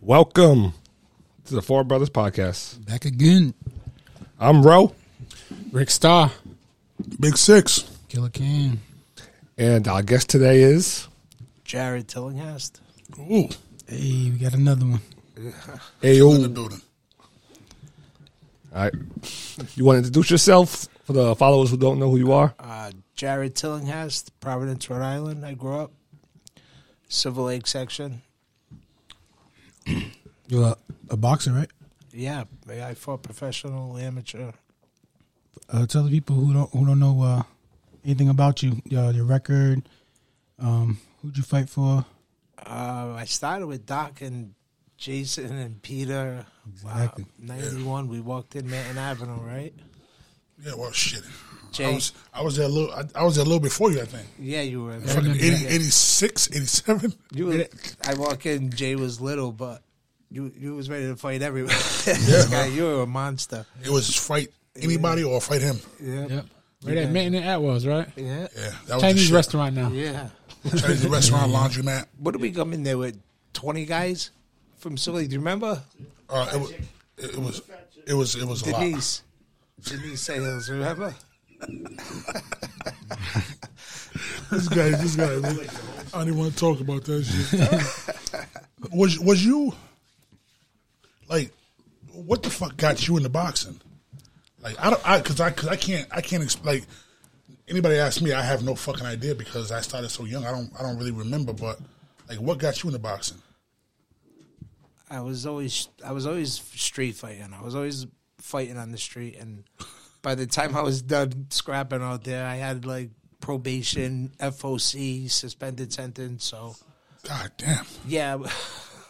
Welcome to the Four Brothers Podcast. Back again. I'm Ro, Rick Starr. Big Six. Killer Cam. and our guest today is Jared Tillinghast. Ooh, Hey, we got another one. in the Ayo. building. All right. You want to introduce yourself for the followers who don't know who you are? Uh, Jared Tillinghast, Providence, Rhode Island. I grew up Civil Lake section. You're a, a boxer, right? Yeah, I fought professional, amateur. Uh, tell the people who don't who don't know uh, anything about you, uh, your record. Um, who'd you fight for? Uh, I started with Doc and Jason and Peter. Exactly. Wow, 91, we walked in Manton Avenue, right? Yeah, well, shit. I Jay, was, I was there a little. I, I was there a little before you, I think. yeah, you were. Fucking remember 80, 86, 87. You were, I walk in, Jay was little, but you you was ready to fight everyone. Yeah. this guy, you were a monster. It was fight anybody or fight him. Yeah. Yep. Right at Manton and Atwell's, right? Yeah. Yeah, that was the Chinese shit. restaurant now. Yeah. Chinese restaurant, laundromat. What did we come in there with? 20 guys from Silly. Do you remember? Uh, it, was, it was. It was. It was a lot. Denise. Denise Sales, remember? This guy. This guy. man. I didn't want to talk about that shit. was Was you like what the fuck got you into boxing? Like I don't. I because I because I can't. I can't exp- like anybody ask me. I have no fucking idea because I started so young. I don't. I don't really remember. But like, what got you into boxing? I was always I was always street fighting. I was always fighting on the street and by the time I was done scrapping out there I had like probation, FOC, suspended sentence, so God damn. yeah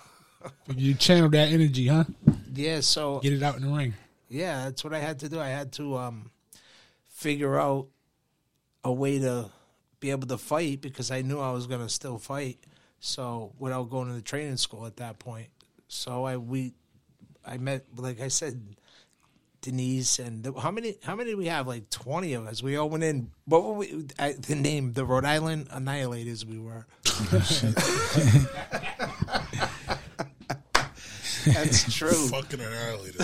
You channel that energy, huh? yeah, so Get it out in the ring. yeah, that's what I had to do. I had to um, figure out a way to be able to fight because I knew I was gonna still fight. So without going to the training school at that point, so I we I met like I said Denise and the, how many how many do we have like twenty of us. We all went in. What were we? I, the name the Rhode Island Annihilators. We were. That's true. fucking annihilated.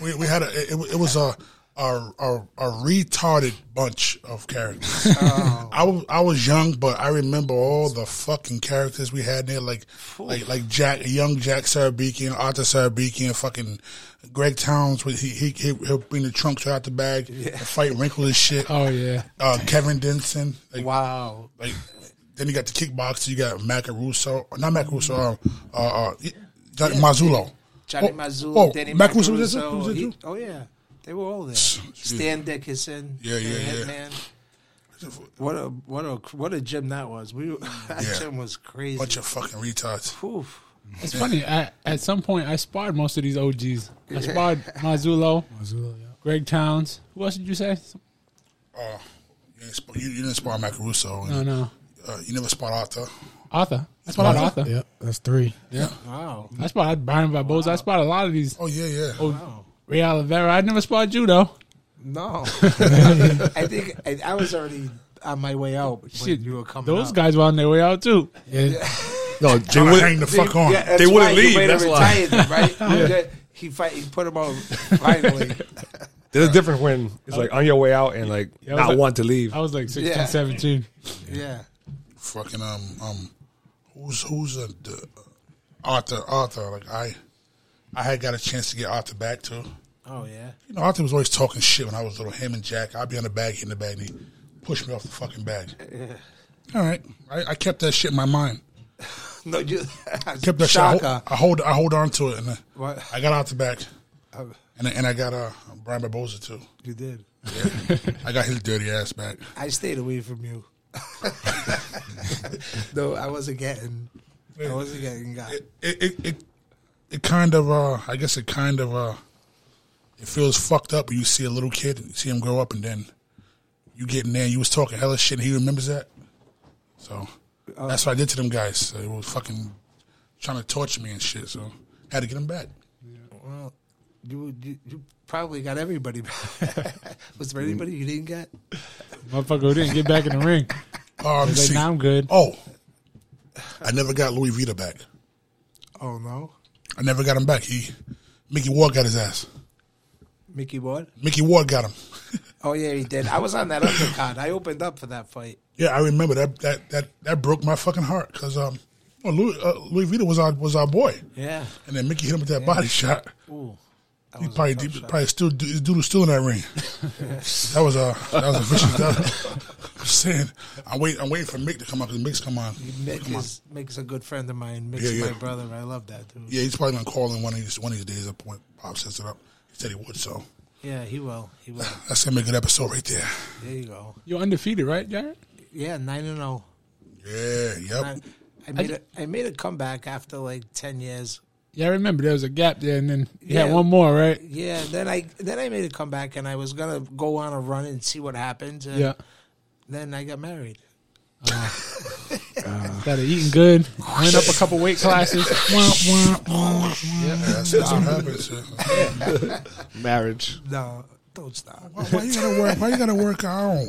we we had a it, it was a a, a a retarded bunch of characters. I was I was young, but I remember all the fucking characters we had there, like like like Jack, young Jack Sarabikian, Arthur Sarabikian, fucking Greg Towns. With he he he- he'll bring the trunks right out the bag, and fight wrinkle and shit. Oh yeah. Uh, Kevin Denson, like, Wow. like then you got the kickboxer. You got Macaruso, not Macaruso, um, uh, uh, Johnny Mazzullo. Johnny Oh, Mazzullo, oh, Danny Mac was- was that- Macaruso. was that He- you? oh yeah, they were all there. Stan Dickinson, Yeah, yeah, the yeah. Hitman. What a what a what a gym that was. We were- that Yeah. gym was crazy. Bunch of fucking retards. Oof. It's funny. I, at some point, I sparred most of these OGs. I sparred Mazzullo, Mazula, yeah. Greg Towns. Who else did you say? Uh, you, didn't sp- you, you didn't spar Macaruso. No, no. Uh, you never sparred Arthur. Arthur. I sparred Arthur. Yep, that's three. Wow. I sparred Byron Barboza. I sparred a lot of these. Oh yeah, yeah. Wow. Ray Oliveira. I never sparred you though. No, I think I, I was already on my way out when Shit, you were coming. Those up. guys were on their way out too. No, Jay Trying to Wood. hang the fuck on. Yeah, that's They wouldn't why leave, He waited that's to why. retire them, right? He fight. He put them on finally. There's a difference when it's like on your way out and like I was not like- want to leave. I was like 16, Yeah. 17. Yeah. Fucking um um, who's who's uh, the Arthur Arthur? Like I, I had got a chance to get Arthur back too. Oh yeah. You know, Arthur was always talking shit when I was little. Him and Jack, I'd be on the bag, hitting the bag, and he pushed me off the fucking bag. All right, I, I kept that shit in my mind. No, you Kept that shit. I, Shocker. ho- I hold, I hold on to it, and then What? I got out the back, Oh, and I- and I got uh, Brian Barboza too. you did. I got his dirty ass back. I stayed away from you. no, I wasn't getting. I wasn't getting got. It it it, it, it kind of uh, I guess it kind of uh, it feels fucked up. when You see a little kid, and you see him grow up, and then you get in there. and You was talking hella shit, and he remembers that. So Oh. that's what I did to them guys. So it was fucking trying to torture me and shit. So had to get him back. Well, you, you you probably got everybody. Was Mm. there anybody you didn't get? Motherfucker who didn't get back in the ring. Um, He's like, see- now I'm good. oh, I never got Louis Vita back. Oh no. I never got him back. He Mickey Ward got his ass. Mickey Ward. Mickey Ward got him. Oh yeah, he did. I was on that undercard. I opened up for that fight. Yeah, I remember that that that, that broke my fucking heart because um, well, Louis, uh, Louis Vito was our was our boy, Yeah. and then Mickey hit him with that body shot. Ooh. That He was a probably tough dude, shot. probably still dude dude was still in that ring. that was a that was a vicious. That I'm saying I'm waiting. I'm waiting for Mick to come up. Cause Mick's come on. Mick is Mick's a good friend of mine. Mick's Yeah, yeah. my brother. I love that dude. Yeah, he's probably gonna call in one of these one of these days. Up when Bob sets it up, he said he would. So Yeah, he will. He will. that's gonna be a good episode right there. There you go. You're undefeated, right, Jared? Yeah, nine and zero. Yeah. Yep. I, I made a I made a comeback after like ten years. Yeah, I remember there was a gap there, and then you Yeah. had one more, right? Yeah. Then I then I made a comeback and I was gonna go on a run and see what happened. And Yeah. Then I got married. Started eating good, went up a couple weight classes. Wah, wah. Yeah, that's, that's what happens. yeah. Marriage. No, don't stop. Why, why you gotta work? Why you gotta work out?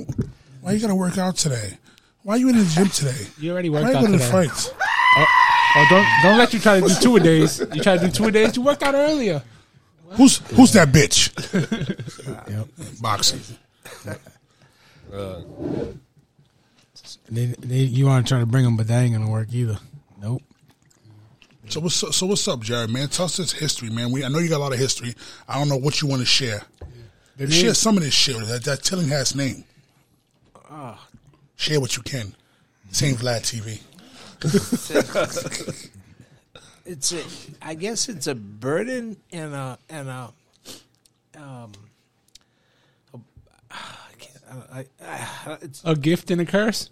Why you gotta work out today? Why you in the gym today? You already Why worked you out go to the today. fights? Oh, don't don't let you try to do two a days. You try to do two a days. You worked out earlier. Who's who's that bitch? Boxing. They, they, you want to try to bring them, but that ain't gonna work either. Nope. So what's so what's up, Jared? Man, tell us this history, man. We I know you got a lot of history. I don't know what you want to share. Share some of this shit. That that Tillinghast name. Ah. Share what you can. Same Vlad TV. It's a, I guess it's a burden and a and a um. a- I can't- I, I, it's A gift and a curse.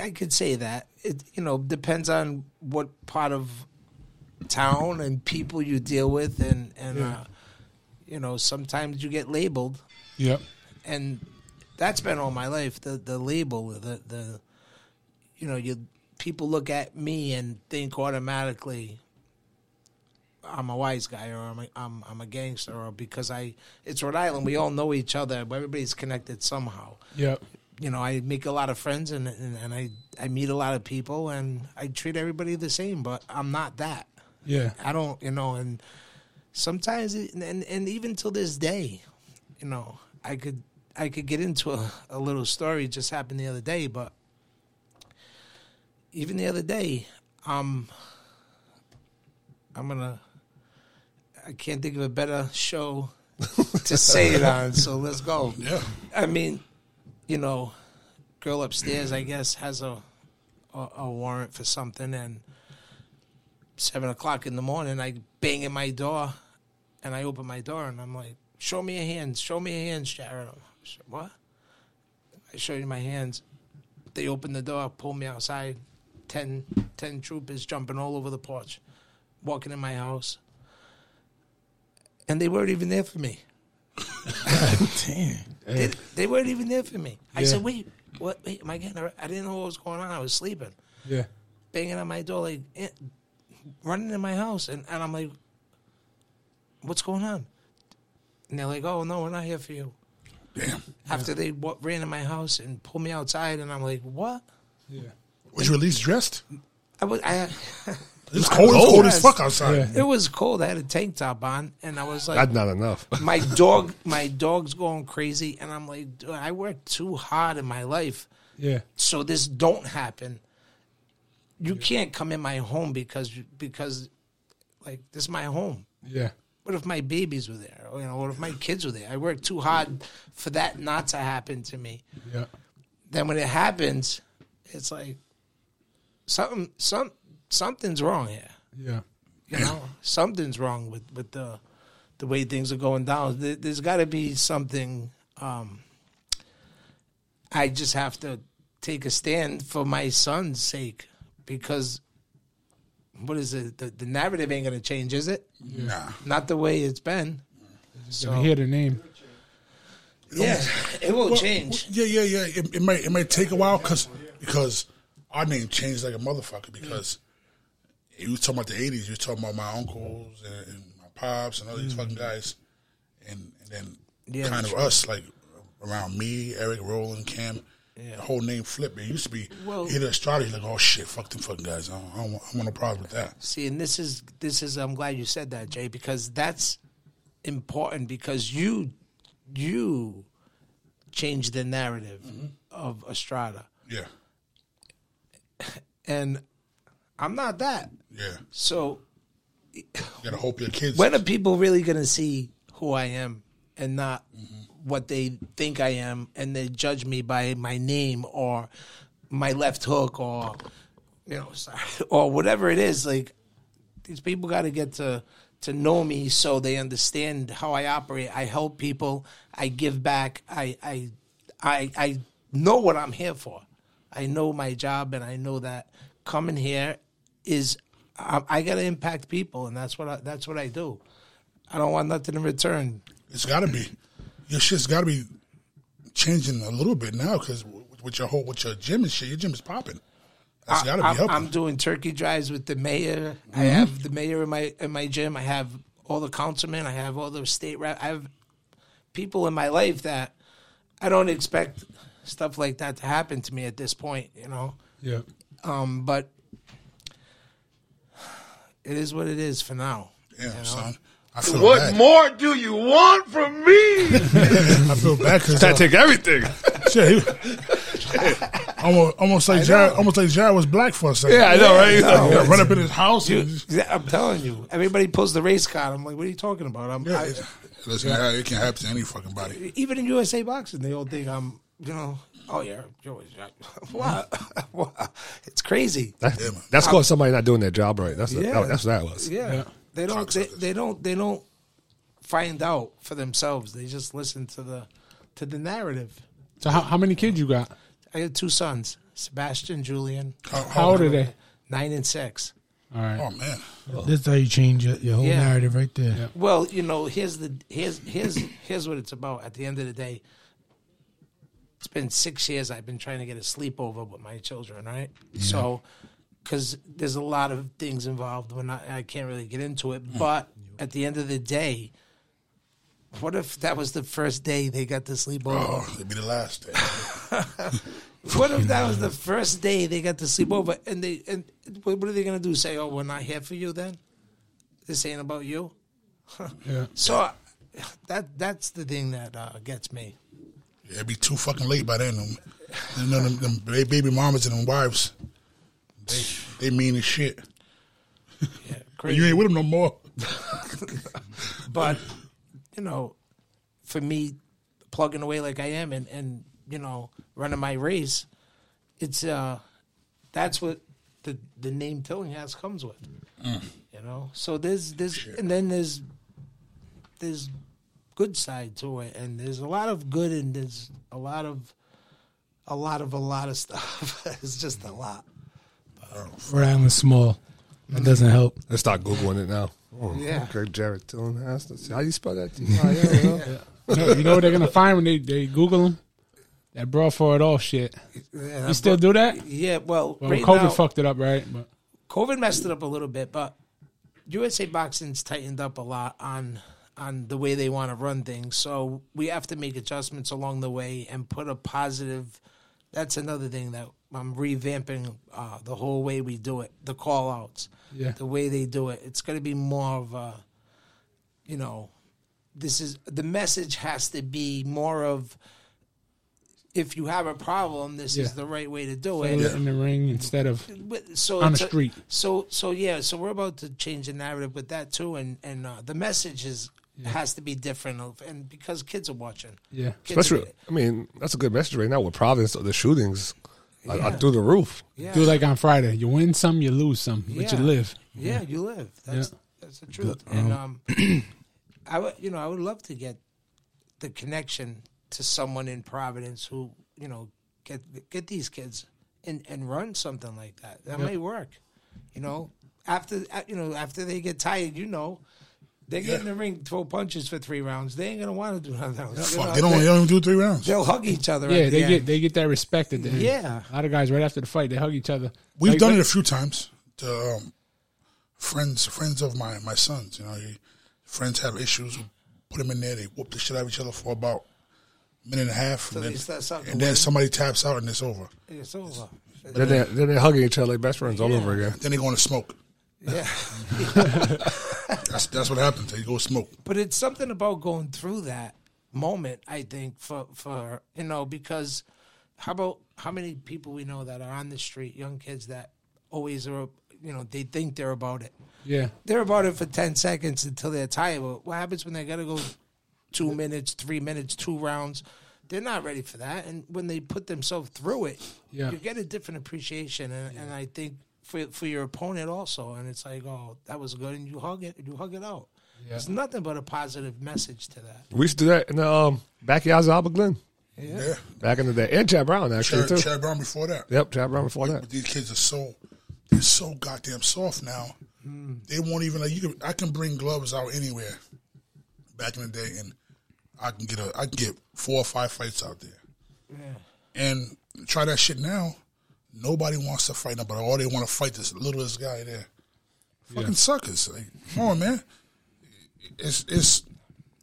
I could say that. It you know depends on what part of town and people you deal with, and and uh, you know sometimes you get labeled, Yep. and that's been all my life. The the label, the the you know you people look at me and think automatically. I'm a wise guy, or I'm a, I'm, I'm a gangster, or because I it's Rhode Island. We all know each other. Everybody's connected somehow Yep. you know, I make a lot of friends and and, and I, I meet a lot of people and I treat everybody the same, but I'm not that. Yeah. I don't, you know, and sometimes it, and and even till this day, you know, I could I could get into a, a little story it just happened the other day, but even the other day, um, I'm gonna I can't think of a better show to say it on, so let's go. Yeah. I mean, you know, girl upstairs, I guess, has a a, a warrant for something, and seven o'clock in the morning, I bang in my door, and I open my door, and I'm like, "Show me your hands, show me your hands, Sharon." I'm like, What? I show you my hands. They open the door, pull me outside. Ten, ten troopers jumping all over the porch, walking in my house, and they weren't even there for me. Damn. They, they weren't even there for me. I said, "Wait, what? Wait, am I getting? ar- I didn't know what was going on. I was sleeping, Yeah. banging on my door, like eh, running in my house, and, and I'm like, what's going on? And they're like, oh no, we're not here for you. Damn. After they wa- ran in my house and pulled me outside, and I'm like, what? Yeah. Was you at least dressed? I was, I, It was cold. It was cold as Yes. fuck outside. it was cold. I had a tank top on, and I was like, That's not enough. my dog, my dog's going crazy, and I'm like, dude, I worked too hard in my life. Yeah. so this don't happen. You can't come in my home because because like this is my home. Yeah. What if my babies were there? Or, you know, what if my kids were there? I worked too hard for that not to happen to me. Yeah. Then when it happens, it's like something some something's wrong here. Yeah. You know, something's wrong with with the the way things are going down. There, there's got to be something. Um, I just have to take a stand for my son's sake because what is it? The, the narrative ain't going to change, is it? Nah. Not the way it's been. I So hear the name. yeah, it will change. Yeah, yeah, yeah. It, it might it might take a while because because our name changed like a motherfucker because you were talking about the eighties. You were talking about my uncles and, and my pops and all these fucking guys, and, and then Mm-hmm. Yeah, kind that's of us like around me, Eric, Roland, Cam. The whole name flipped. It used to be Well- either Estrada. He's like, oh shit, fuck them fucking guys. I don't, I don't, want, I want no problem with that. See, and this is this is. I'm glad you said that, Jay, because that's important because you you change the narrative of Estrada, Yeah, and I'm not that. yeah. So You gotta hope your kids. when are people really going to see who I am and not what they think I am, and they judge me by my name or my left hook or you know sorry, or whatever it is? Like these people got to get to to know me so they understand how I operate. I help people. I give back. I I I, I know what I'm here for. I know my job, and I know that coming here is I, I got to impact people, and that's what I, that's what I do. I don't want nothing in return. It's gotta be. Your shit's gotta be changing a little bit now because with your whole with your gym and shit, your gym is popping. That's gotta be Mm-hmm. I'm, helping. I'm doing turkey drives with the mayor. I have the mayor in my in my gym. I have all the councilmen. I have all the state rep. I have people in my life that I don't expect stuff like that to happen to me at this point. You know, Yeah. um, but it is what it is for now. Damn, son. I feel What bad. more do you want from me? I feel bad because I take everything. shit, he, almost, almost like Jared, almost like Jared was black for a second. Yeah, I know, right? You gotta run up in his house. and just- Yeah, I'm telling you, everybody pulls the race card. I'm like, what are you talking about? I'm yeah, I- it- listen, it can happen to any fucking body. even in USA boxing, they all think I'm, you know, oh yeah, you're always right. what? What? It's crazy. Yeah, man. That's called somebody not doing their job right. That's Yeah. that, that's what that was. Yeah, they don't. They, they don't. They don't find out for themselves. They just listen to the to the narrative. So how, how many kids you got? I have two sons, Sebastian, Julian, Uh, How old are they? nine and six. All right. Oh man, This is how you change your, your whole Yeah. narrative right there. Well, you know, here's the here's here's here's what it's about. At the end of the day, it's been six years I've been trying to get a sleepover with my children, right? So, because there's a lot of things involved, when I, I can't really get into it. But at the end of the day, what if that was the first day they got the sleepover? oh, it'd be the last day. What if that was the first day they got to sleep over and they and what what are they gonna do? Say, "Oh, we're not here for you." Then this ain't about you. Yeah. So that that's the thing that uh, gets me. It'd be too fucking late by then. Them, them, them, them ba- baby mamas and them wives, they, they mean as shit. Yeah, You crazy. ain't with them no more. But you know, for me, plugging away like I am and and you know running my race, it's uh, that's what the the name Tillinghast comes with. You know, so there's there's and then there's there's good side to it, and there's a lot of good, and there's a lot of a lot of a lot of stuff. it's just a lot. Rhode Island's small. That doesn't help. Let's start googling it now. Oh, Yeah. Okay, Jared Tillinghast. Let's see. How do you spell that? T-I-L-L? You know, you know what they're gonna find when they, they Google them? That bro for it all shit. Yeah, You still do that? yeah. Well, Well, right COVID now- fucked it up, right? But COVID messed it up a little bit, but USA Boxing's tightened up a lot on on the way they want to run things. So we have to make adjustments along the way and put a positive. That's another thing that I'm revamping uh, the whole way we do it, the call outs, Yeah. the way they do it. It's going to be more of a, you know, this is the message has to be more of if you have a problem, this Yeah. is the right way to do it settle it in the ring instead of with- so On it's the a- street. so so yeah. So we're about to change the narrative with that too, and and uh, the message is has to be different, of, and because kids are watching. yeah. Kids are- Especially, I mean, that's a good message right now with Providence. The shootings are, are Yeah. through the roof. yeah, Do like on Friday. You win some, you lose some, but you Yeah. live. yeah, you live. That's that's the truth. and um, I would you know I would love to get the connection to someone in Providence who you know get get these kids and and run something like that. That may work. You know, after uh, you know after they get tired, you know. They get in the ring, throw punches for three rounds. They ain't gonna want to do nothing else. You Fuck, know, they don't, they don't even do three rounds. They'll hug each other. Yeah, at they the get end. they get that respect at the end. Yeah. a lot of guys right after the fight they hug each other. We've Like, done like- it a few times to um, friends, friends of my my sons. You know, he, friends have issues. We put them in there. They whoop the shit out of each other for about minute and a half, and they then, start sucking and then wind. somebody taps out and it's over. It's over. Then they then they're hugging each other like best friends all over again. Then they go to smoke. Yeah. That's that's what happens. They go smoke. but it's something about going through that moment i think for for you know because how about how many people we know that are on the street young kids that always are you know they think they're about it Yeah. they're about it for 10 seconds until they're tired but what happens when they gotta go two minutes three minutes two rounds they're not ready for that and when they put themselves through it Yeah. you get a different appreciation and, and i think for for your opponent also and it's like oh that was good and you hug it you hug it out there's nothing but a positive message to that We used to do that in the um, backyards of Albert Glen Yeah. back in the day, and Chad Brown actually Chad, too. Chad Brown before that. Yep, Chad Brown before that. But these kids are so they're so goddamn soft now. They won't even like you. Can, I can bring gloves out anywhere. Back in the day, and I can get a I can get four or five fights out there. And try that shit now. Nobody wants to fight now, but all they want to fight this littlest guy there. Fucking suckers! Like, come on, man. It's it's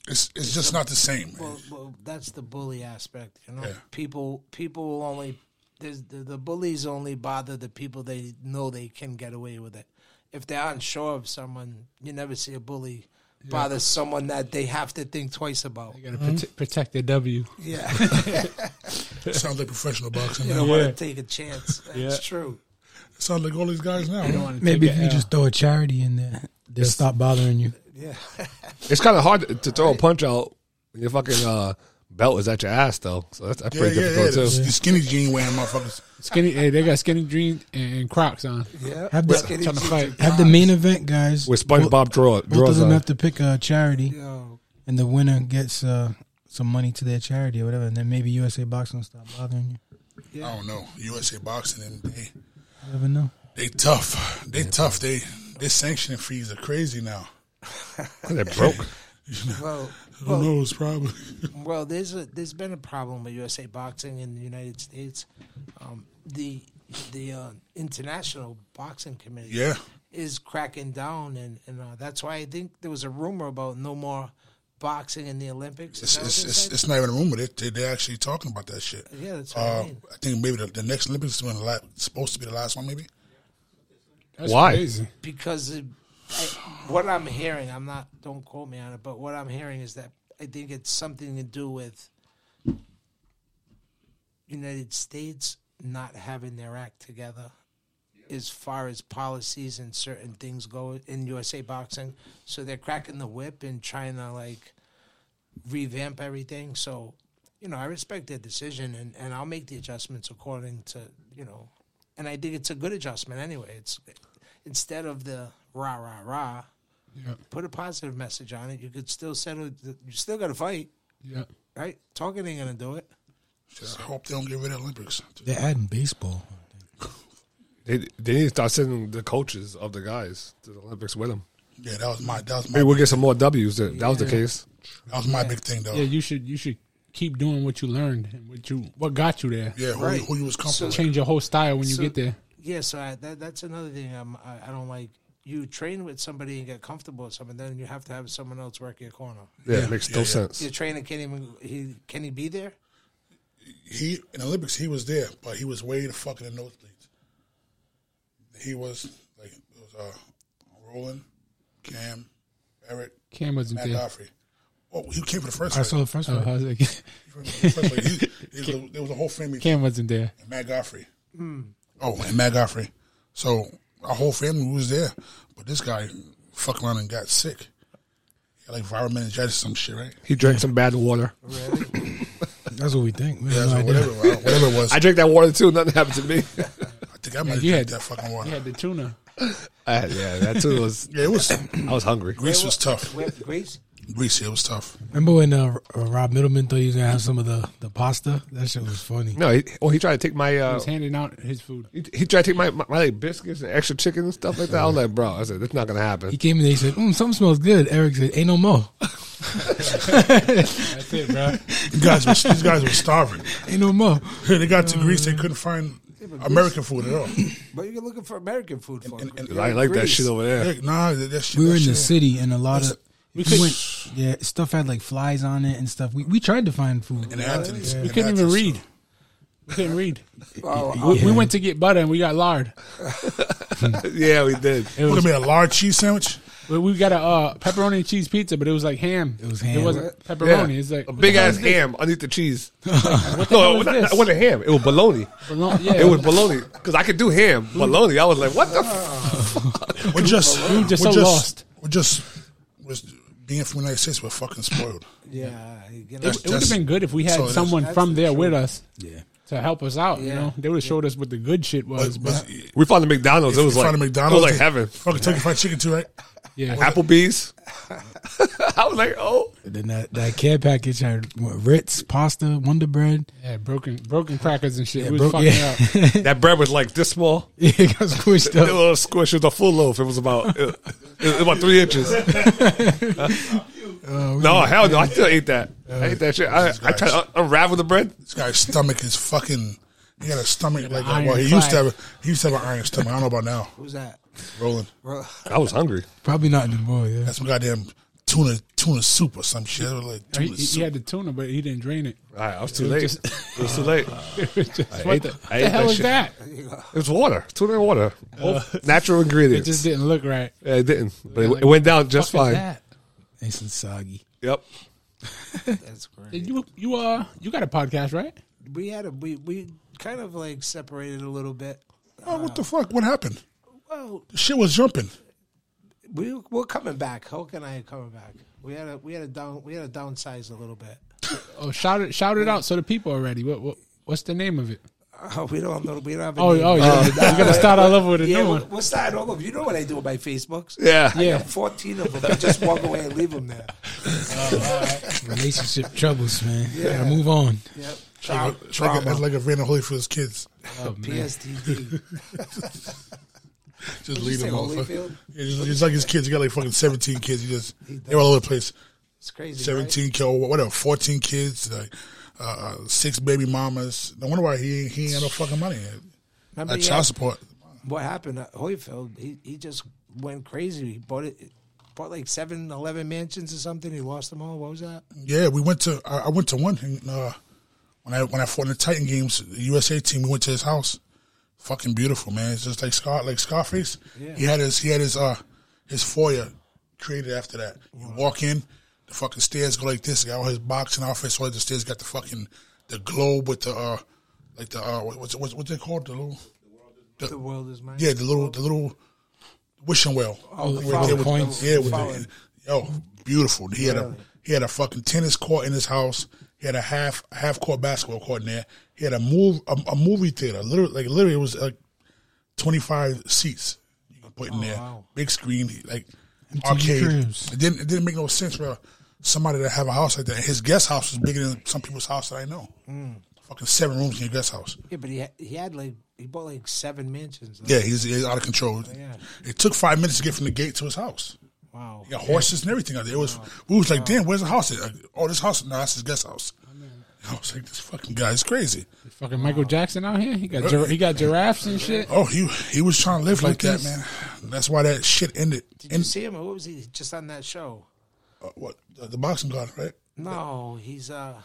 it's it's just not the same. man. well, well that's the bully aspect you know Yeah. people people will only there's, the, the bullies only bother the people they know they can get away with it if they're unsure of someone you never see a bully bother someone that they have to think twice about You gotta Mm-hmm. prote- protect their W. yeah you Sounds like professional boxing. don't Now. want Yeah. to take a chance that's true Sounds like all these guys now. You don't wanna Maybe take if a you L. just throw a charity in there, they'll stop bothering you. yeah It's kind of hard to, to throw a punch out when your fucking uh, belt is at your ass though. So that's, that's Yeah, pretty yeah, yeah. difficult The, too. the skinny jean wearing motherfuckers. skinny. Hey, they got skinny jeans and, and Crocs on. yeah Have the, Trying to fight. have the main event, guys. With SpongeBob draw Both of draws them on. have to pick a charity, Yo, and the winner gets uh, some money to their charity or whatever. And then maybe USA Boxing will stop bothering you. I don't know. USA Boxing and they You never know. they tough. They tough. They their sanctioning fees are crazy now. They're broke. well, Who knows? Probably. well, there's a there's been a problem with USA boxing in the United States. Um, the the uh, international boxing committee Yeah. is cracking down, and and uh, that's why I think there was a rumor about no more boxing in the Olympics. Is It's that what it's, they it's, said? it's not even a rumor. They, they they're actually talking about that shit. yeah, that's what I Uh, mean. I think maybe the, the next Olympics is when the la- supposed to be the last one. Maybe. That's Why? Crazy. because it, I, what I'm hearing, I'm not. Don't quote me on it, but what I'm hearing is that I think it's something to do with United States not having their act together as far as policies and certain things go in USA boxing. So they're cracking the whip and trying to like revamp everything. So, you know, I respect their decision and, and I'll make the adjustments according to, you know, and I think it's a good adjustment anyway. It's instead of the rah, rah, rah, put a positive message on it. You could still settle, the, you still got to fight, Yeah. right? Talking ain't going to do it. Just hope they don't get rid of Olympics. They're adding baseball. They, they need to start sending the coaches of the guys to the Olympics with them. Yeah, that was my that was my Maybe we'll get some more W's. That, that was the case. that was my big thing though. Yeah. Yeah, You should. You should keep doing what you learned and what you what got you there. who, Right. who you was comfortable with. Change your whole style when you So- get there. Yeah, so I, that, that's another thing I'm, I, I don't like. You train with somebody and get comfortable with someone, then you have to have someone else work your corner. Yeah, it makes no sense. Your trainer can't even, he, can he be there? he in the Olympics he was there, but he was way the fucking in the nosebleeds. He was like it was uh Roland, Cam, Eric, Cam wasn't Matt there. Godfrey. Oh, he came for the first I saw fight. the first Oh, I one. was like, He came for the first fight. He- he was- there was a whole family. Cam wasn't there. And Matt Godfrey. Oh, and Matt Godfrey. So our whole family was there, but this guy fucked around and got sick. He had, like viral meningitis, or some shit, right? He drank some bad water. That's what we think. We Yeah, have no so idea. whatever, whatever it was. I I, drank that water too. Nothing happened to me. think I might have you had- drank that fucking water. He had the tuna. I- yeah, that too was. Yeah, it was. I was hungry. Greece was tough. Where, Greece? Greece, yeah, it was tough. Remember when uh, R- Rob Middleman thought he was gonna have some of the, the pasta? That shit was funny. No, he, well, he tried to take my. He Uh, was handing out his food. he, he tried to take my my, my like, biscuits and extra chicken and stuff like that. I was like, bro, I said that's not gonna He happen. came in there. He said, mm, "Something smells good." Eric said, "Ain't no more. That's it, bro. You guys were, these guys were starving. Ain't no more." they got to Greece, they couldn't find American food at all. But you're looking for American food for And, and, I ain't like that Greece. shit over there. yeah, nah, that, that shit. We that were in shit- the city, and a lot of We We couldn't, went, yeah, stuff had like flies on it and stuff. We, we tried to find food. in Athens. we in couldn't even Athens, read. We couldn't read. Oh, Yeah. We, we went to get butter and we got lard. yeah, we did. It Look was, at me, a large cheese sandwich. we- we got a uh, pepperoni and cheese pizza, but it was like ham. It was ham. It wasn't pepperoni. It's like a what big the hell ass is this? ham underneath the cheese. What the No, hell it wasn't, is this? it wasn't ham. It was bologna. Bologna- yeah, It was bologna because I could do ham. Bologna. I was like, what the? F-? We're just, were just we're so lost. We're just, was being from the United States, we're fucking spoiled. Yeah, you know, It, would have been good if we had So that's- someone that's from the there with truth. us Yeah. to help us out. You Yeah. know, they would have showed us what the good shit was. But, But, but We found the McDonald's. It was in like front of It McDonald's, was like they- heaven. Fucking Kentucky Fried Chicken too, right? yeah, Applebee's. I was like, oh, Then that, that care package had what, Ritz, pasta, Wonder Bread. yeah, broken broken crackers and shit. we was bro- fucking yeah. up. that bread was like this small. Yeah, it got squished It up. was squish. It was a full loaf. It was about it, it was about three inches. no, hell no. I still ate that. I ate that shit. I, I tried to un- unravel the bread. This guy's stomach is fucking. He got a stomach like iron that. Well, he used to clad. have. He used to have an iron stomach. I don't know about now. who's that? Roland, Bro, I was hungry. Probably not in the boy, yeah. that's some goddamn tuna tuna soup or some shit. It was Like He, tuna he- he soup. had the tuna, but he didn't drain it. All right, I was too late. just- it was too late. It was just- I what ate- the, I what the ate hell that is shit. that? Uh, It was water, tuna and water, Both natural ingredients. It just didn't look right. Yeah, it didn't, but it, it went down just Fuck is fine. that? Nice and soggy. Yep. that's great. Did you you uh you got a podcast right? We had a we we kind of like separated a little bit. Oh, what the fuck? What happened? Well, The shit was jumping. we we're coming back. Hulk and I are coming back. We had a we had a down we had a downsize a little bit. Oh, shout it shout it out so the people already. What, what what's the name of it? Oh, we don't know. We don't have. A Oh name. oh yeah, you gotta start all over with a yeah. new we'll- one. We'll start all over. You know what I do with my Facebooks? Yeah. I Yeah. got fourteen of them. I just walk away and leave them there. Relationship troubles, man. Gotta move on. Yep. Like a- It's like, a, it's like a Vander Holyfield's kids. uh, PSTD. Just leave say them all. It's Holyfield? just, it's like his kids. He got like fucking seventeen kids. He just they're all over the place. It's crazy. right? Seventeen kill whatever. Fourteen kids. Like, uh, uh, six baby mamas. No wonder why he he ain't got no fucking money. Remember That he child had- support. what happened at Holyfield? He he just went crazy. He bought it, bought like seven, eleven mansions or something. He lost them all. What was that? Yeah, we went to. I, I went to one thing, uh, when I when I fought in the Titan games, the USA team. We went to his house. Fucking beautiful, man. It's just like Scar, like Scarface. Yeah. He had his he had his uh his foyer created after that. You walk in, the fucking stairs go like this. Got all his boxing outfits. All the stairs got the fucking the globe with the uh like the uh what- what's what's what's it called the little The world is mine. yeah the little the little wishing well. Oh, the Right flower there with- coins. Yeah, with Flower. the, yo, beautiful. He had a he had a fucking tennis court in his house. He had a half half court basketball court in there. He had a move a, a movie theater. Literally, like literally, it was like twenty five seats you could put in there. Oh, wow. Big screen, like MTV arcade. cribs. It didn't it didn't make no sense for somebody to have a house like that. His guest house was bigger than some people's house that I know. Mm. Fucking seven rooms in your guest house. Yeah, but he had, he had like he bought like seven mansions. Yeah, he's, he's out of control. Yeah. It took five minutes to get from the gate to his house. Wow. He got horses and everything out there. It was we was like, damn, where's the house? At? Like, oh, this house, no, that's his guest house. I was like, this fucking guy is crazy. Fucking Michael Jackson out here. He got gir- he got giraffes and shit. Oh, he he was trying to live like that, Monkeys. man. That's why that shit ended. Did you And see him? What was he just on that show? uh, what the, the boxing god, right? No, he's uh,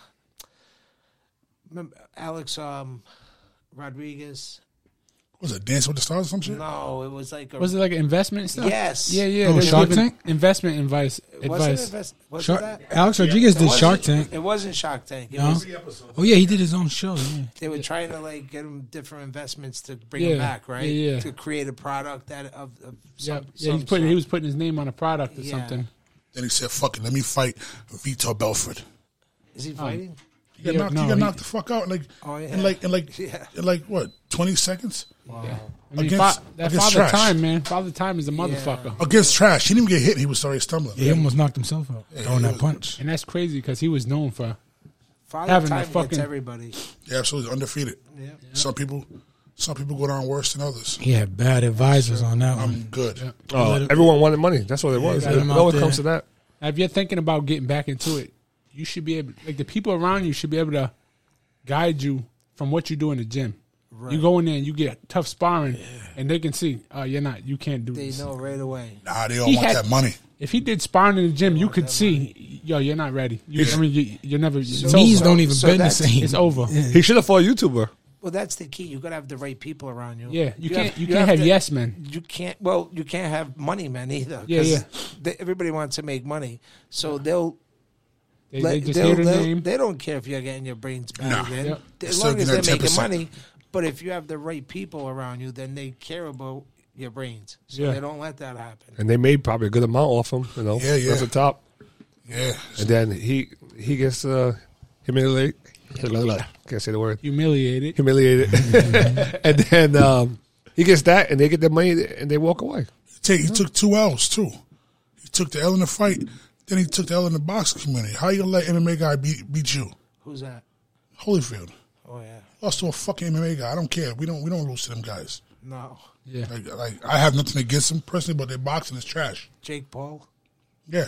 remember Alex um, Rodriguez. Was it Dancing with the Stars or some shit? No, it was like a Was it like investment stuff? Yes. Yeah, yeah. Oh, they was Shark giving Tank? Investment advice. wasn't it Advice. invest- was Shark, that? Alex Rodriguez did Wasn't- Shark Tank. It wasn't Shark Tank. It No? was Oh yeah, he did his own show. Yeah. they were trying to like get him different investments to bring Yeah, him back, right? yeah, yeah. To create a product that of, of some, Yeah, yeah. some He's putting he sort. was putting his name on a product or Yeah. something. Then he said, "Fuck it, let me fight Vitor Belfort." Is he fighting? He got Yeah, knocked, no, he got he- knocked the fuck out in like Oh, yeah. in like in like Yeah. in like what twenty seconds Yeah. I mean, Against- fa- that against father trash. time, man. Father time is a motherfucker, against trash. He didn't even get hit. He was already stumbling. He almost knocked himself out throwing that punch. and that's crazy because he was known for. Father Having a time fucking- gets everybody. Yeah, absolutely undefeated. Yeah. Some people, some people go down worse than others. He had bad advisors on that I'm one. Mm. good. Oh, everyone wanted money. That's what it was. got 'em no out one there. comes to that. Now, if you're thinking about getting back into it, you should be able, like the people around you should be able to guide you from what you do in the gym. You go in there and you get tough sparring, and they can see, oh, you're not, you can't do They this. know right away. Nah, they all He want had- that money. If he did sparring in the gym, you could see, yo, you're not ready. You, I mean, you, you're never. it's Knees over. don't even so bend the that's- same. It's over. Yeah, He should have fought a YouTuber. Well, that's the key. You got to have the right people around you. you, can't. have- you can't have to- yes men. You can't. Well, you can't have money men either. Yeah, 'cause yeah. They, everybody wants to make money, so they'll. They, let- they just they'll- hear the they'll- name. They don't care if you're getting your brains battered in. Yep. As Still long as give they're them making 10%. money, but if you have the right people around you, then they care about your brains. So Yeah. they don't let that happen. And they made probably a good amount off him, you know. Yeah, yeah. That's the top. Yeah. And then he he gets uh, humiliated. Can't say the word. humiliated. Humiliated. and then um, he gets that, and they get their money, and they walk away. Take, he took two L's too. He took the L in the fight, then he took the L in the boxing community. How you gonna let MMA guy beat beat you? Who's that? Holyfield Oh yeah. lost to a fucking MMA guy. I don't care. We don't we don't lose to them guys. No, Yeah, Like, like I have nothing against them personally, but their boxing is trash. Jake Paul. Yeah,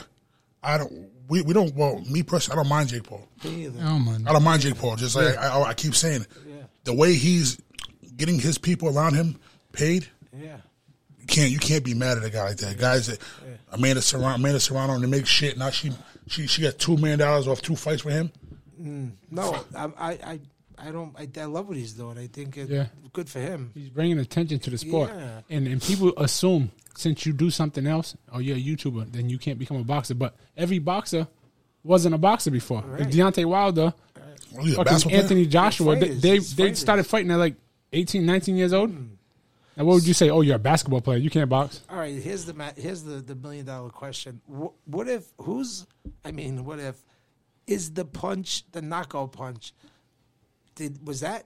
I don't. We, we don't. Well, me personally, I don't mind Jake Paul. Me either. Um, Oh my! I don't mind Jake Paul. Just like I, I, I keep saying, it. the way he's getting his people around him paid, Yeah. you can't you can't be mad at a guy like that. Guys that Amanda Serrano, Amanda Serrano, and they make shit. Now she she she got two million dollars off two fights with him. No, I, I, I, I don't. I, I love what he's doing. I think it's Yeah. good for him. he's bringing attention to the sport, Yeah. and and people assume since you do something else, oh, you're a YouTuber, then you can't become a boxer. But every boxer wasn't a boxer before. Like Deontay Wilder, Well, Oh, he's a fucking basketball Anthony Joshua, they fighters, they, he's they fighters. Mm. started fighting at like 18, 19 years old. And what would you say? Oh, you're a basketball player. You can't box. All right, here's the ma- here's the the million dollar question. What, what if who's? I mean, what if is the punch the knockout punch? Did was that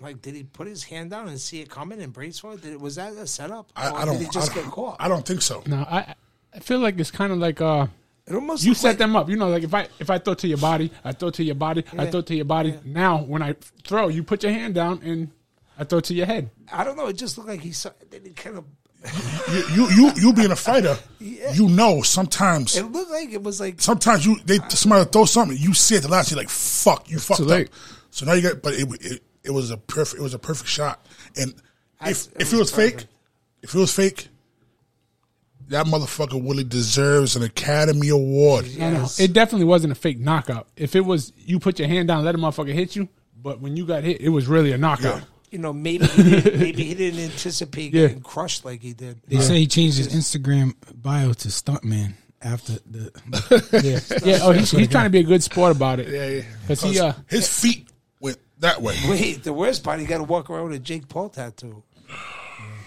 like? Did he put his hand down and see it coming and brace for it? Did, was that a setup? player. or I, I don't. Did he just I don't, get caught? I don't think so. No, I I feel like it's kind of like uh, it almost you looked set like- them up. You know, like if I if I throw to your body, I throw to your body, I Yeah. throw to your body. Now when I throw, you put your hand down and I throw to your head. I don't know. It just looked like he saw. Then it kind of. You you you, you being a fighter, you know sometimes. It looked like it was like. sometimes you they somebody throw something, you see it the last, you're like, "Fuck, you fucked up." late. So now you got, but it, it it was a perfect it was a perfect shot, and if it if it was was fake, perfect. if it was fake, that motherfucker Willie deserves an Academy Award. I know. It definitely wasn't a fake knockout. If it was, you put your hand down, let a motherfucker hit you. But when you got hit, it was really a knockout. You know, maybe he didn't, maybe he didn't anticipate Yeah. getting crushed like he did. They say he changed his Instagram bio to stuntman after the. Yeah, yeah. Oh, he's, he's trying to be a good sport about it. Yeah, Cause he, uh, His feet went that way. Wait, the worst part, he got to walk around with a Jake Paul tattoo.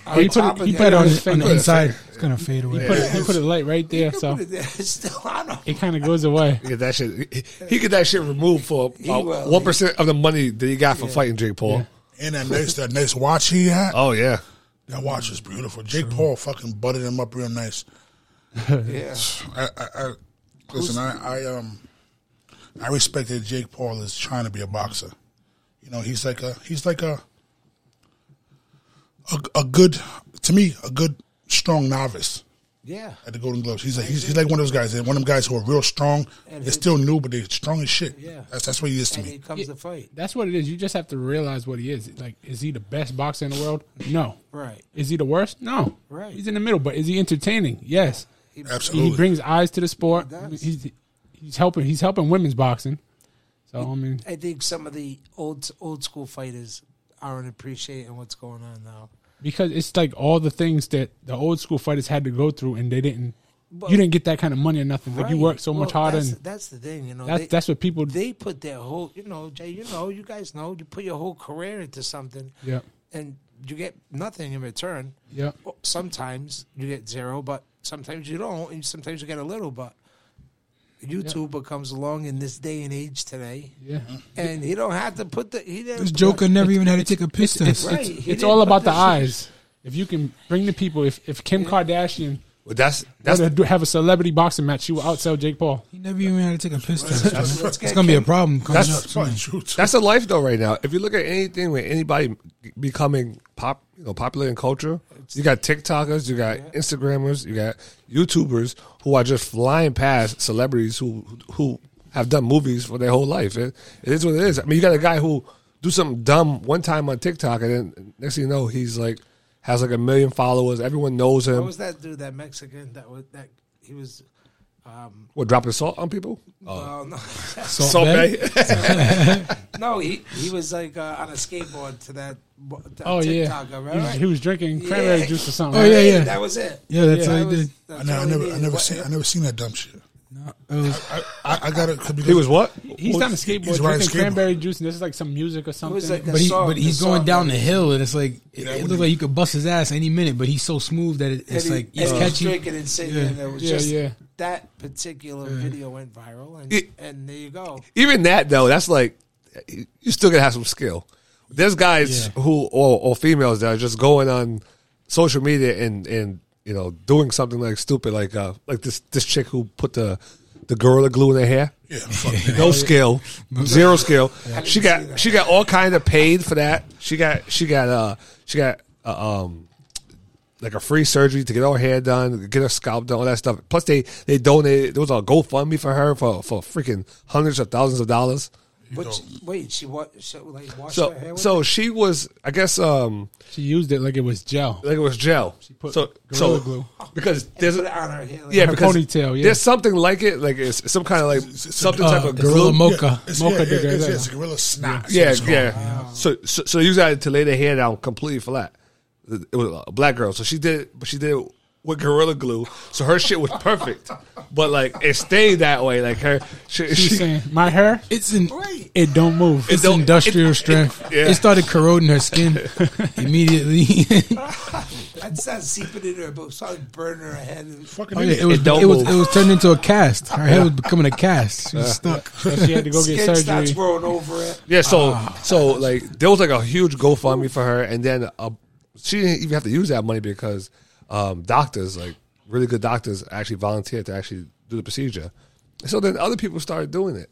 On he put top it, of he that- put it on his on finger. the inside, it's gonna fade away. Put it- he put it light right there, so Put it there. It's still on him. it kind of goes away. He get that shit. He, he get that shit removed for will. one percent of the money that he got for fighting Jake Paul. And that nice that nice watch he had, Oh yeah, that watch was beautiful. Jake Paul fucking butted him up real nice. Yeah. I, I, I listen. I, I um, I respect that Jake Paul is trying to be a boxer. You know, he's like a he's like a a, a good to me a good strong novice Yeah. at the Golden Gloves. He's like he's, he's like one of those guys. One of them guys who are real strong. And they're his- still new, but they're strong as shit. Yeah. that's that's what he is to And here me. comes the fight. That's what it is. You just have to realize what he is. Like, is he the best boxer in the world? No. Right. Is he the worst? No. Right. He's in the middle, but is he entertaining? Yes. Absolutely. He brings eyes to the sport. does. He's he's helping. He's helping women's boxing. So I mean, I think some of the old old school fighters aren't appreciating what's going on now. because it's like all the things that the old school fighters had to go through, and they didn't. you didn't get that kind of money or nothing. Like you Right. worked so Well, much harder, That's, and that's the thing, you know. that's they, that's what people. they put their whole, you know, Jay, you know, you guys know, you put your whole career into something, yeah, and you get nothing in return. yeah. Well, sometimes you get zero, but sometimes you don't, and sometimes you get a little. But YouTube comes along in this day and age today, Yeah. and he don't have to put the he didn't. This Joker never even had to take a piss test. right? he It's didn't all put about the this- eyes. If you can bring the people, if if Kim Kardashian well, that's were that's to do- have a celebrity boxing match, she would outsell Jake Paul. He never even had to take a piss test. That's- Let's It's get gonna be a Kim- problem coming up. That's fucking truth. that's the life though right now. If you look at anything with anybody becoming pop, you know, popular in culture, you got TikTokers, you got Instagrammers, you got YouTubers who are just flying past celebrities who who have done movies for their whole life. It, it is what it is. I mean, you got a guy who do something dumb one time on TikTok, and then next thing you know, he's like has like a million followers. Everyone knows him. What was that dude? That Mexican that was that he He was. um, What dropping salt on people? well, no, Salt Bay. no, he he was like uh, on a skateboard to that. bo- that Oh yeah, TikTok, he right? was, he was drinking cranberry Yeah. juice or something. Oh right? yeah, yeah, That was it. yeah. That's Yeah. how That he was, did. that's I, ne- I all he never, I did. never What- seen, I never seen that dumb shit. It was, I, I got it because He was what? He's on a skateboard he's riding drinking skateboard. cranberry juice, and this is like some music or It something. was like a but he, song, but he's the going song, down like- the hill, and it's like Yeah, it, it when looks you- like you could bust his ass any minute. But he's so smooth that it, it's and like uh, he, it's and he was catchy. drinking and singing. and it was Yeah, just yeah. that particular video went viral, and It- and there you go. Even that though, that's like you still gotta have some skill. There's guys Yeah. who or, or females that are just going on social media and and you know doing something like stupid, like uh like this this chick who put the the gorilla glue in her hair. Yeah, fuck that. no skill, zero skill. She got she got all kind of paid for that. She got she got uh she got uh, um like a free surgery to get her hair done, get her scalp done, all that stuff. Plus they they donated there was a GoFundMe for her for for freaking hundreds of thousands of dollars. But she- wait, she what? She, like washed her hair So with so she was I guess um she used it like it was gel. like it was gel. put so Gorilla so glue. because it? there's Put it on her hair. like- yeah, her because ponytail, yeah. There's something like it, like it's some kind of like something type uh, of gorilla glue. mocha. It's, Mocha yeah, yeah, digger, it's, yeah. it's a gorilla snot. so Yeah, it's called. yeah. So, so, so you got to lay their hair down completely flat. It was a black girl, so she did, it, but she did it with gorilla glue, so her shit was perfect. But like, it stayed that way. Like her, she, She's she- saying, "My hair, It's an it don't move." it's don't- industrial it- it- strength. It, yeah. started corroding her skin immediately. That's not seeping in her, but it started burning her head. And Fucking oh, yeah, idiot. it was It it, don't was move. it was turned into a cast. Her hair was becoming a cast. She Uh. was stuck. So she had to go get skin starts surgery. growing over it. yeah. So, so like, there was like a huge GoFundMe for her, and then uh she didn't even have to use that money because um, doctors, like really good doctors, actually volunteered to actually do the procedure. So then other people started doing it.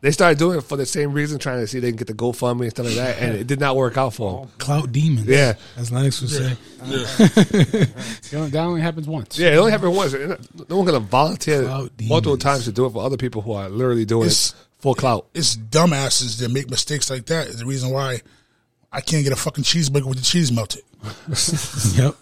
They started doing it for the same reason, trying to see if they can get the GoFundMe and stuff like that, and it did not work out for them. Clout demons. Yeah. as Lennox would say. You know, That only happens once. Yeah, it only happened once. No one's gonna volunteer Clout multiple demons. times to do it for other people who are literally doing It's- it for clout. It's dumbasses that make mistakes like that. Is the reason why I can't get a fucking cheeseburger with the cheese melted Yep.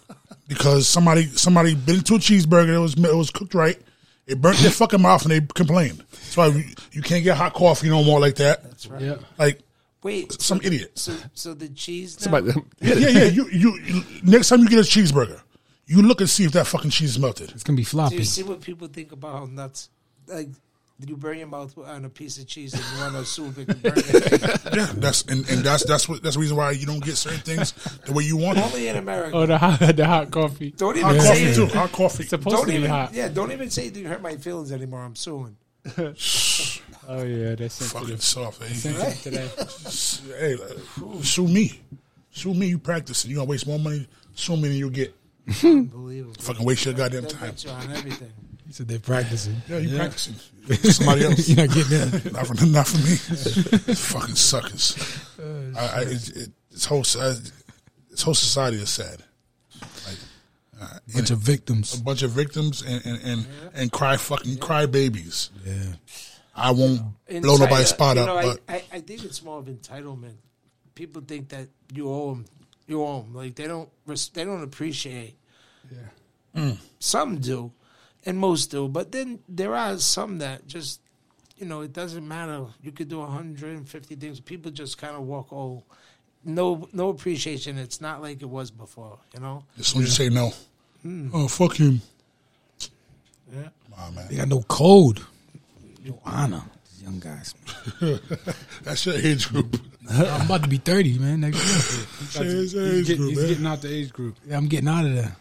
because somebody somebody bit into a cheeseburger that was it was cooked right. It burnt their fucking mouth and they complained. That's why you- you can't get hot coffee no more like that. That's right. Yeah. Like Wait, some idiot. so so the cheese. Now, Somebody, yeah, Yeah, yeah. You, you you next time you get a cheeseburger, you look and see if that fucking cheese is melted. It's gonna be do you floppy. see what people think about how nuts? Like, you burn your mouth on a piece of cheese and you want to assume it can burn it. Yeah, that's and, and that's that's what that's the reason why you don't get certain things the way you want them. Only in America. Oh, the hot, the hot coffee. don't Hot even say coffee it. too. Hot coffee. It's supposed Don't to be even. hot. Yeah, don't even say you hurt my feelings anymore. I'm suing. Oh yeah, that's sensitive fucking soft. Hey, Sensitive today. hey like, sue me, sue me. You practicing? You gonna waste more money suing me than you get. Unbelievable. Fucking waste your goddamn They'll time. bet you on everything. He said they're practicing. Yeah, you practicing. Somebody else. You're not getting that. not for not for me. fucking suckers. I, I, it, it, this whole uh, this whole society is sad. Bunch of A victims. bunch of victims and and and, and cry fucking cry babies. Yeah. I won't blow Entitle- nobody's spot you up, know, I- but I, I, think it's more of entitlement. People think that you owe them. You owe them. Like they don't. res- They don't appreciate. Mm. Some do, and most do. But then there are some that just, you know, it doesn't matter. You could do 150 things. People just kind of walk all. No, no appreciation. It's not like it was before. You know. as soon as you say no, oh fuck him. Hmm. Yeah. Nah, They man. got no code. No honor. These young guys. That's your age group. I'm about to be 30, man. Next year. That's your He's, age get- group, he's man. getting out the age group. Yeah, I'm getting out of there.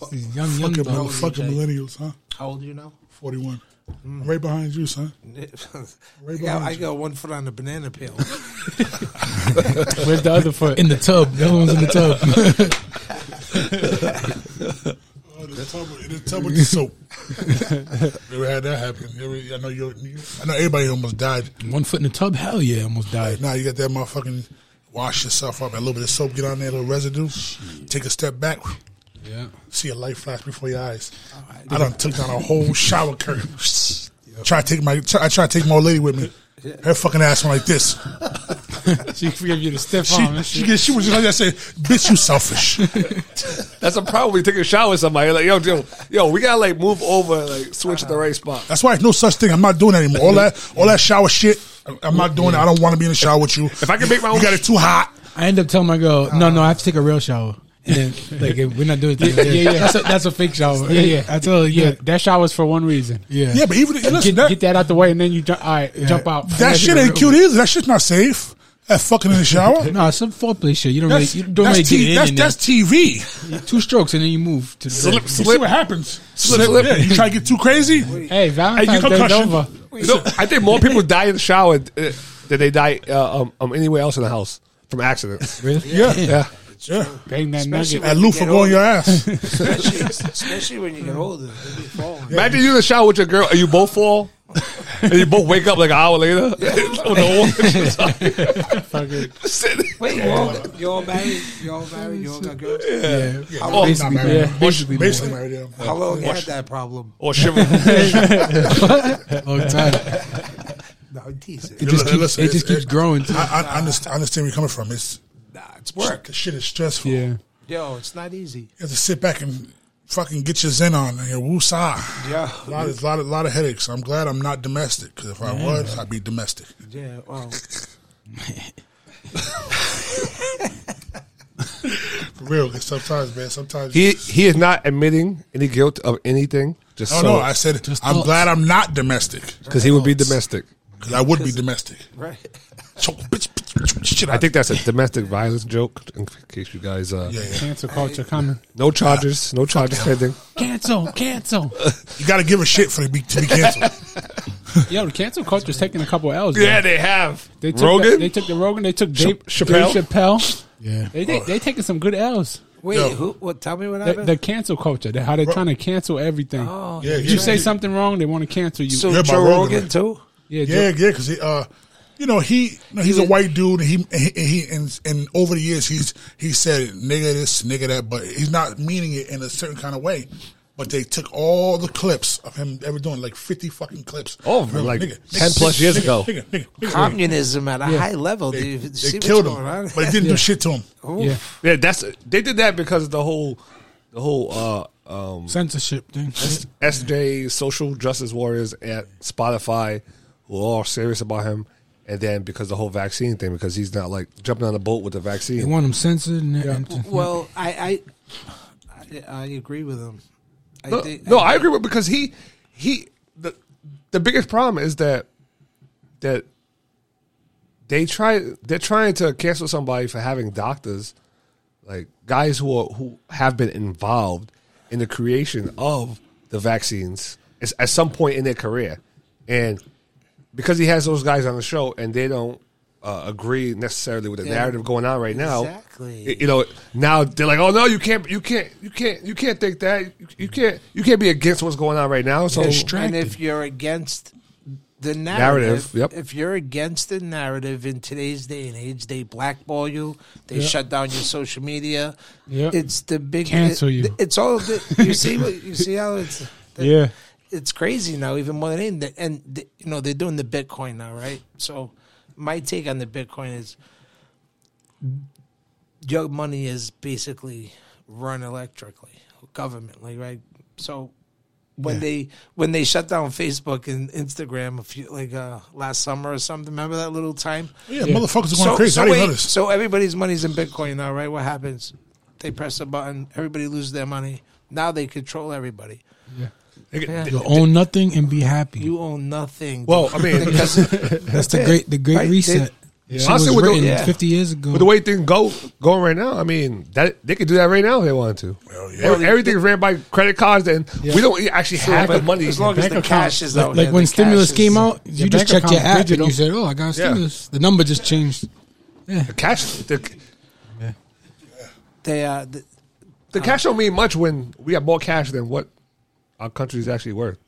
It's These young, young Fucking, dogs. fucking millennials, huh? How old are you now? 41. I'm right behind you, son. I, got, I got one foot on the banana peel. Where's the other foot? in the tub. The other one's in the tub. Oh, the tub, with- the tub with the soap. we ever had that happen. You ever- I know you. I know everybody almost died. One foot in the tub. Hell yeah, almost died. Now you got that motherfucking wash yourself up. A little bit of soap get on there, a little residue. Take a step back. Yeah. See a light flash before your eyes. I done took down a whole shower curtain. Try to take my. Try, I try to take my old lady with me. Her fucking ass went like this. She can give you the stiff She, arm. and she, shit. get- she was just like Oh, that. Say, bitch, you selfish. That's a problem. when you take a shower with somebody. Like yo, yo, yo, we gotta like move over, like switch to the right spot. That's why it's no such thing. I'm not doing that anymore. All that, all that shower shit. I- I'm not doing it. I don't want to be in the shower with you. If I can make my own- you got it too hot. I end up telling my girl, no, no, I have to take a real shower. And then, like, if we're not doing Yeah, it. yeah, yeah. That's a, that's a fake shower. yeah, yeah. I tell her, yeah, yeah, that shower's for one reason. yeah. Yeah, but even listen, Get, that, get that out the way, and then you jump. All right, jump out. that shit ain't cute either. That shit's not safe. That fucking in the shower. No, it's some foreplay shit. You don't That's, really, you don't that's really T- get it in. that's, and that's TV. then two strokes and then you move to the Slip, You see slip, what happens. slip, slip. Yeah, you try to get too crazy. Hey, Hey, you Valentine's Day's concussion. over. You know, I think more people die in the shower uh, than they die uh, um, um, anywhere else in the house from accidents. Really? Yeah, yeah. Yeah. Bang that Especially nugget. That loofah Get go over in your ass. especially, especially when you get older. They be falling. Imagine you in the shower with your girl and you both fall. and you both wake up like an hour later. with the whole- Sitting- Wait, you all, you all married? You all married? You all got girls? How Oh, long, basically, Yeah. Basically, Basically, right there. how long you had that problem? Or shiver. long time. No, I'm teasing. Listen, listen, It just keeps, it just it's- keeps growing. I, I, I understand, I understand where you're coming from. It's Nah, it's work. the shit is stressful. Yeah, Yo, it's not easy. You have to sit back and fucking get your zen on and your woosah. Yeah. A lot, of, lot, of, lot of headaches. I'm glad I'm not domestic because if I was, I'd be domestic. Yeah, well, For real, 'cause sometimes, man, sometimes. he he is not admitting any guilt of anything. Just oh, no, I said, Just I'm thoughts. glad I'm not domestic because he would be domestic. because I would be domestic. right. Choke, bitch, bitch, bitch, shit I think that's a domestic violence joke. In case you guys, uh, Yeah, yeah. cancel culture coming. no charges, no charges pending. Cancel, cancel. You got to give a shit for it to be, to be canceled. Yo, the cancel culture's taking a couple L's. Yeah, Yeah, they have. they took Rogan. The, they took the Rogan. They took Dave, Chappelle? Dave Chappelle. Yeah. They, they they taking some good L's. Wait, Yo. who? What? Tell me what The, happened. the cancel culture. the- How they're trying to cancel everything. oh, Yeah, If you say something wrong, they want to cancel you. so Yeah, by Joe Rogan, Rogan right. too. yeah, Yeah, Joe- yeah, because he, uh, you know, he you know, he's a white dude. And he and he and, he- and and over the years he's he said nigga this nigga that, but he's not meaning it in a certain kind of way. But they took all the clips of him ever doing like fifty fucking clips. Oh, Of him, like 10 plus years nigga, ago. Nigga, nigga, nigga. Communism at a high level. Do They, you they see killed what's him, going on? but it didn't do shit to him. Oh, yeah. Yeah, that's they did that because of the whole, the whole uh, um, Censorship thing. SJ social justice warriors at Spotify who are all serious about him, and then because the whole vaccine thing, because he's not like jumping on the boat with the They vaccine. want them censored. And, and- well, I, I, I, I agree with him. I no, no, I agree with because he he the the biggest problem is that that they try they're trying to cancel somebody for having doctors like guys who are who have been involved in the creation of the vaccines as, at some point in their career and because he has those guys on the show and they don't uh, agree necessarily with the Yeah. narrative going on right now Exactly. y- you know now they're like oh no you can't you can't you can't you can't think that you, you can't you can't be against what's going on right now so And if you're against the Narrative, narrative, yep. if you're against the narrative in today's day and age, they blackball you. They shut down your social media. Yeah. It's the big Cancel you. it- It's all the, you see. What, you see how it's Yeah. it's crazy now, even more than anything. And the, you know they're doing the Bitcoin now, right? So my take on the Bitcoin is your money is basically run electrically, governmentally, right? So when they when they shut down Facebook and Instagram a few like uh, last summer or something, remember that little time? Yeah, motherfuckers are going crazy. I didn't wait, know this. so everybody's money's in Bitcoin now, right? What happens? They press a button, everybody loses their money. Now they control everybody. yeah. You'll own nothing and be happy. You own nothing. well i mean because That's the great, the great Right, reset. Shit Honestly, was with the- written yeah. 50 years ago. But the way things go going right now, I mean, that they could do that right now if they wanted to. Well, yeah. Every- Everything's ran by credit cards, and we don't e- actually have the but money. as long as the account. cash is out like here, when the stimulus cash came is- out, you your just bank checked your account app digital. and you said, "Oh, I got stimulus." The number just changed. the cash, the, They uh, th- the cash don't mean much when we have more cash than what our country is actually worth,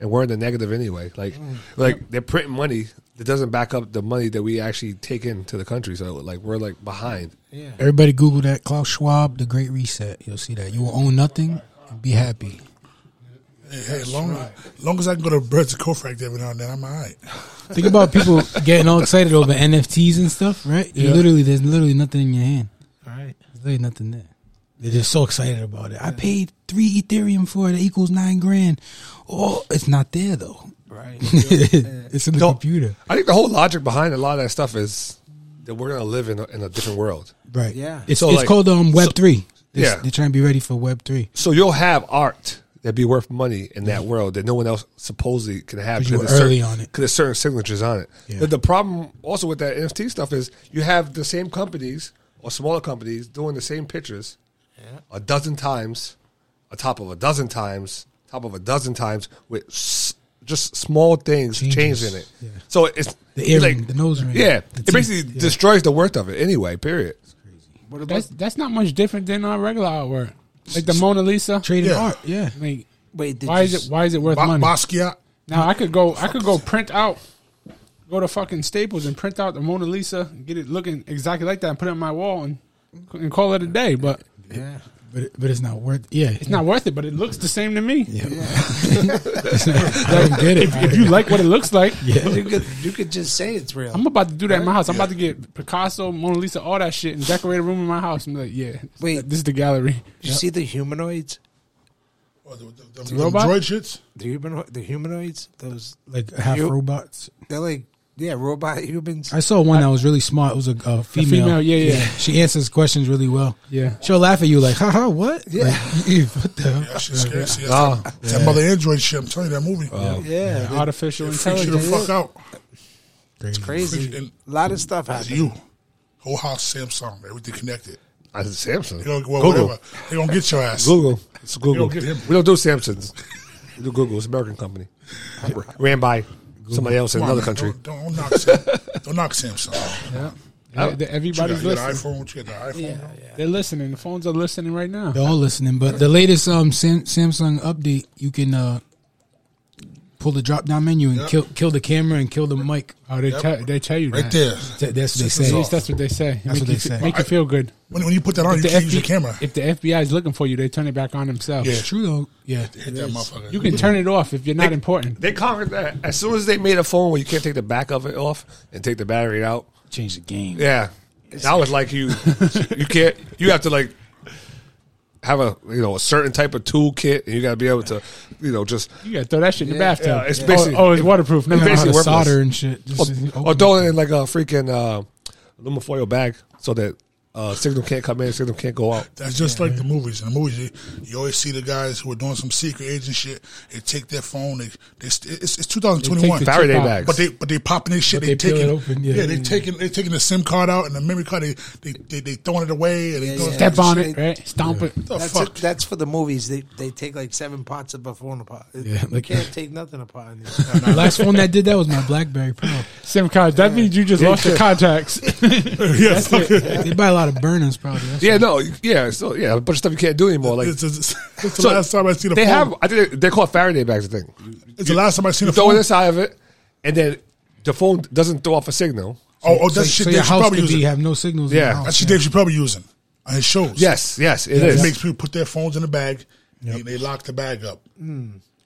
and we're in the negative anyway. Like, Mm. like they're printing money that doesn't back up the money that we actually take into the country. So, like, we're like behind. yeah. Everybody Google that Klaus Schwab, the Great Reset. You'll see that you will own nothing and be happy. Hey, hey, long, long as I can go to Birds of Kofrak every now and then, I'm all right. Think about people getting all excited over NFTs and stuff, right? You literally, there's literally nothing in your hand. All right. There's literally nothing there. They're just so excited about it. I paid three Ethereum for it. It equals nine grand. Oh, it's not there though. Right. it's in the computer, I think the whole logic behind a lot of that stuff is that we're gonna live in a, in a different world. right? Yeah. It's So, it's like- called um Web three. They're, Yeah. they're trying to be ready for Web three. So you'll have art that be worth money in that world that no one else supposedly can have. 'Cause you were there's early certain- on it. 'cause there's certain signatures on it. But the problem also with that NFT stuff is you have the same companies or smaller companies doing the same pictures a dozen times, a top of a dozen times, top of a dozen times with s- just small things Changes. changing it. Yeah. So it's The it's earring, the nose ring, Yeah, the it teeth, basically yeah. destroys the worth of it anyway. Period. But that's that's not much different than our regular artwork, like the Mona Lisa. Trading Yeah. art, yeah. Like, Wait, did why you is s- it why is it worth Ba- money? Basquiat. Now I could go I could go print out, go to fucking Staples and print out the Mona Lisa, and get it looking exactly like that, and put it on my wall and and call it a day. But Yeah. But it- but it's not worth. Yeah, it's not worth it. But it looks the same to me. I don't get it. If you like what it looks like, You could you could just say it's real. I'm about to do that in my house. I'm about to get Picasso, Mona Lisa, all that shit, and decorate a room in my house. I'm like, yeah, Wait. this is the gallery. Did you see the humanoids? Oh, the, the, the, robot? droid shits. The human the humanoids? Those like half You- robots. they're like yeah, robot humans. I saw one that was really smart. It was a, a female. female, yeah, yeah. She answers questions really well. Yeah. She'll laugh at you like, haha, what? Yeah. Like, "Ew, what the hell? That shit's scary. See, that's Oh. that, that mother android shit. I'm telling you, that movie. yeah. Artificial Freaks you the intelligence. fuck out. It's crazy. And- a lot of stuff It's happens. you. Whole house, Samsung, everything connected. I said Samsung. They gonna, well, Google. whatever. They gonna get your ass. Google. It's Google. get him. We don't do Samsons. We do Google. It's an American company. Ran by somebody else in Come on, another man. country. Don't, don't knock Samsung. don't knock Samsung. Yeah, the- You got, Everybody's you got an listening. iPhone. What you got the iPhone? Yeah, yeah. They're listening. The phones are listening right now. They're all listening, but the latest um Sam- Samsung update, you can uh pull the drop down menu and kill kill the camera and kill the mic. Oh, they tell they tell you Right that. there. Th- That's what they At say. least that's what they say. That's Make what you they fe- say. Make you feel good. When, when you put that on, you can't use your camera. if the FBI is looking for you, they turn it back on themselves. Yeah. It's true though. Yeah, Hit that motherfucker. You can turn it off if you're not important. They conquered that. As soon as they made a phone where you can't take the back of it off and take the battery out, change the game. yeah. Now it's like you, you can't. You have to like have a you know a certain type of toolkit, and you got to be able to you know just You gotta throw that shit in the bathtub. yeah, it's Oh, basically- oh, it's waterproof. Never You know mind. Basically worthless. Oh, how to solder and shit. Just- or, just or open throw it in like a freaking uh, aluminum foil bag so that uh, signal can't come in, signal can't go out. That's just like the movies. In the movies, you, you always see the guys who are doing some secret agent shit. They take their phone. They, they st- it's, it's 2021. They take the Faraday Chip out. bags. But they but they popping their shit. But they they peel taking it open, yeah. they taking they taking the SIM card out and the memory card. They they they, they throwing it away and they throwing Step on it, Shit. right? Stomp it. The That's fuck? it, that's for the movies. They they take like seven parts of a phone apart. Yeah, you like- can't take nothing apart. In these. The last one that did that was my BlackBerry Pro. SIM cards. That means you just lost your contacts. yeah, fuck it. They buy a lot of burners, probably. That's Yeah, no, yeah, so yeah, a bunch of stuff you can't do anymore. Like It's, it's, it's the So, last time I seen a they phone. have, I think they're called Faraday bags. I think it's the last time I seen a throw phone. it inside of it, and then the phone doesn't throw off a signal. Oh, oh, so, that's shit so they your should house probably could be using. have no signals. Yeah. in your That house. shit they should probably using on his shows. Yes, yes, it it is. makes people put their phones in the bag. They, they lock the bag up.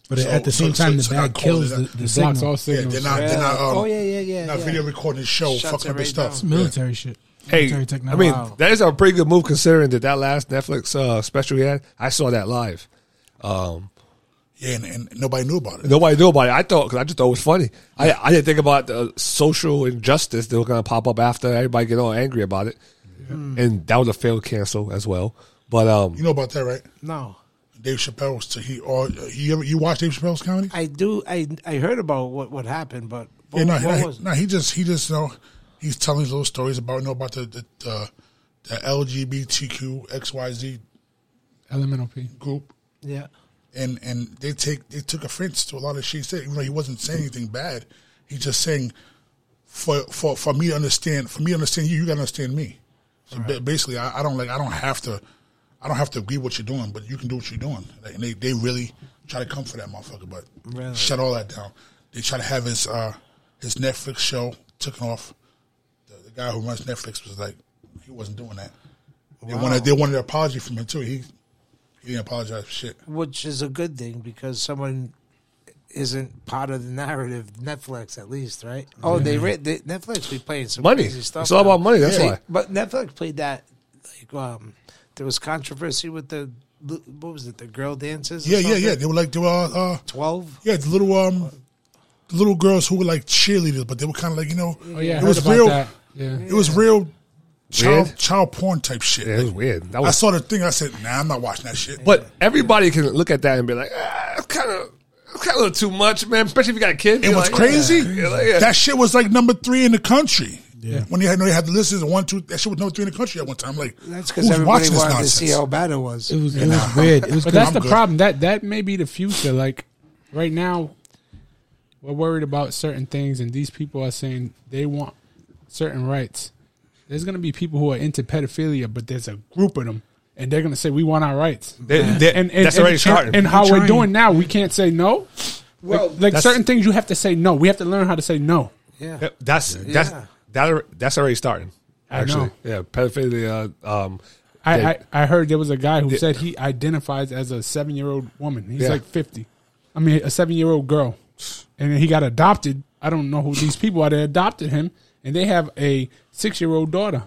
But at the So- same so- time, so the not bag calling kills it the, a- the Blocks signal. all Yeah, signals. they're not. They're not. Um, oh yeah, yeah, yeah. Not yeah. video recording the show, Shuts fucking it up his right stuff. down. Military shit. Hey, military I mean technology. that is a pretty good move considering that that last Netflix uh, special he had. I saw that live. Um, Yeah, and, and nobody knew about it. nobody knew about it. I thought because I just thought it was funny. I I didn't think about the social injustice that was going to pop up after everybody get all angry about it, and that was a failed cancel as well. But um, You know about that, right? No, Dave Chappelle's. To he or you ever you watch Dave Chappelle's comedy? I do. I I heard about what what happened, but what, yeah, no, what no, was no, he just he just you know he's telling these little stories about you know about the the, the, the LGBTQ XYZ Elemental P. group. yeah. and and they take they took offense to a lot of shit he said. Even though he wasn't saying anything bad, he's just saying for for for me to understand for me to understand you, you gotta understand me. So ba- basically, I, I don't like I don't have to I don't have to agree with what you're doing, but you can do what you're doing. Like, and they they really try to come for that motherfucker, but Really? shut all that down. They try to have his uh his Netflix show took off. The, the guy who runs Netflix was like he wasn't doing that. They wanted they wanted an apology from him too. He He didn't apologize for shit. which is a good thing because someone isn't part of the narrative. Netflix, at least, right? Oh, they, ra- they Netflix be playing some Money. crazy stuff. It's all about now. money, that's why. But Netflix played that. Like, um, there was controversy with the what was it? The girl dances. or Yeah, yeah, something? yeah. They were like they were uh, uh Twelve. yeah, the little um little girls who were like cheerleaders, but they were kind of like you know Oh yeah, I it heard was about real. That. Yeah, It was real child Weird. child porn type shit. Yeah, it was weird. That I was, saw the thing. I said, "Nah, I'm not watching that shit." but everybody can look at that and be like, ah, it's kind of. Kind of a little too much, man. Especially if you got a kid. it You're was like, crazy. yeah, yeah, like, yeah. That shit was like number three in the country. Yeah. When you had, you had the listeners and one, two, that shit was number three in the country at one time. I'm like, That's because who's everybody watching this wanted to see nonsense? how bad it was. It was it was weird. It was but good. that's I'm the good. problem. That that may be the future. Like right now, we're worried about certain things, and these people are saying they want certain rights. There's gonna be people who are into pedophilia, but there's a group of them, and they're gonna say we want our rights. They- they- and, and that's already and, starting. And, and how They're we're trying. doing now, we can't say no. Well, like, that's- certain things, you have to say no. We have to learn how to say no. yeah. That- That's that's Yeah. that alre- that's already starting. I Actually, know. yeah, pedophilia. Um, I, Yeah. I, I heard there was a guy who said he identifies as a seven year old woman. He's Yeah. like 50. I mean, a seven year old girl. And then he got adopted. I don't know who these people are. They adopted him, and they have a six year old daughter.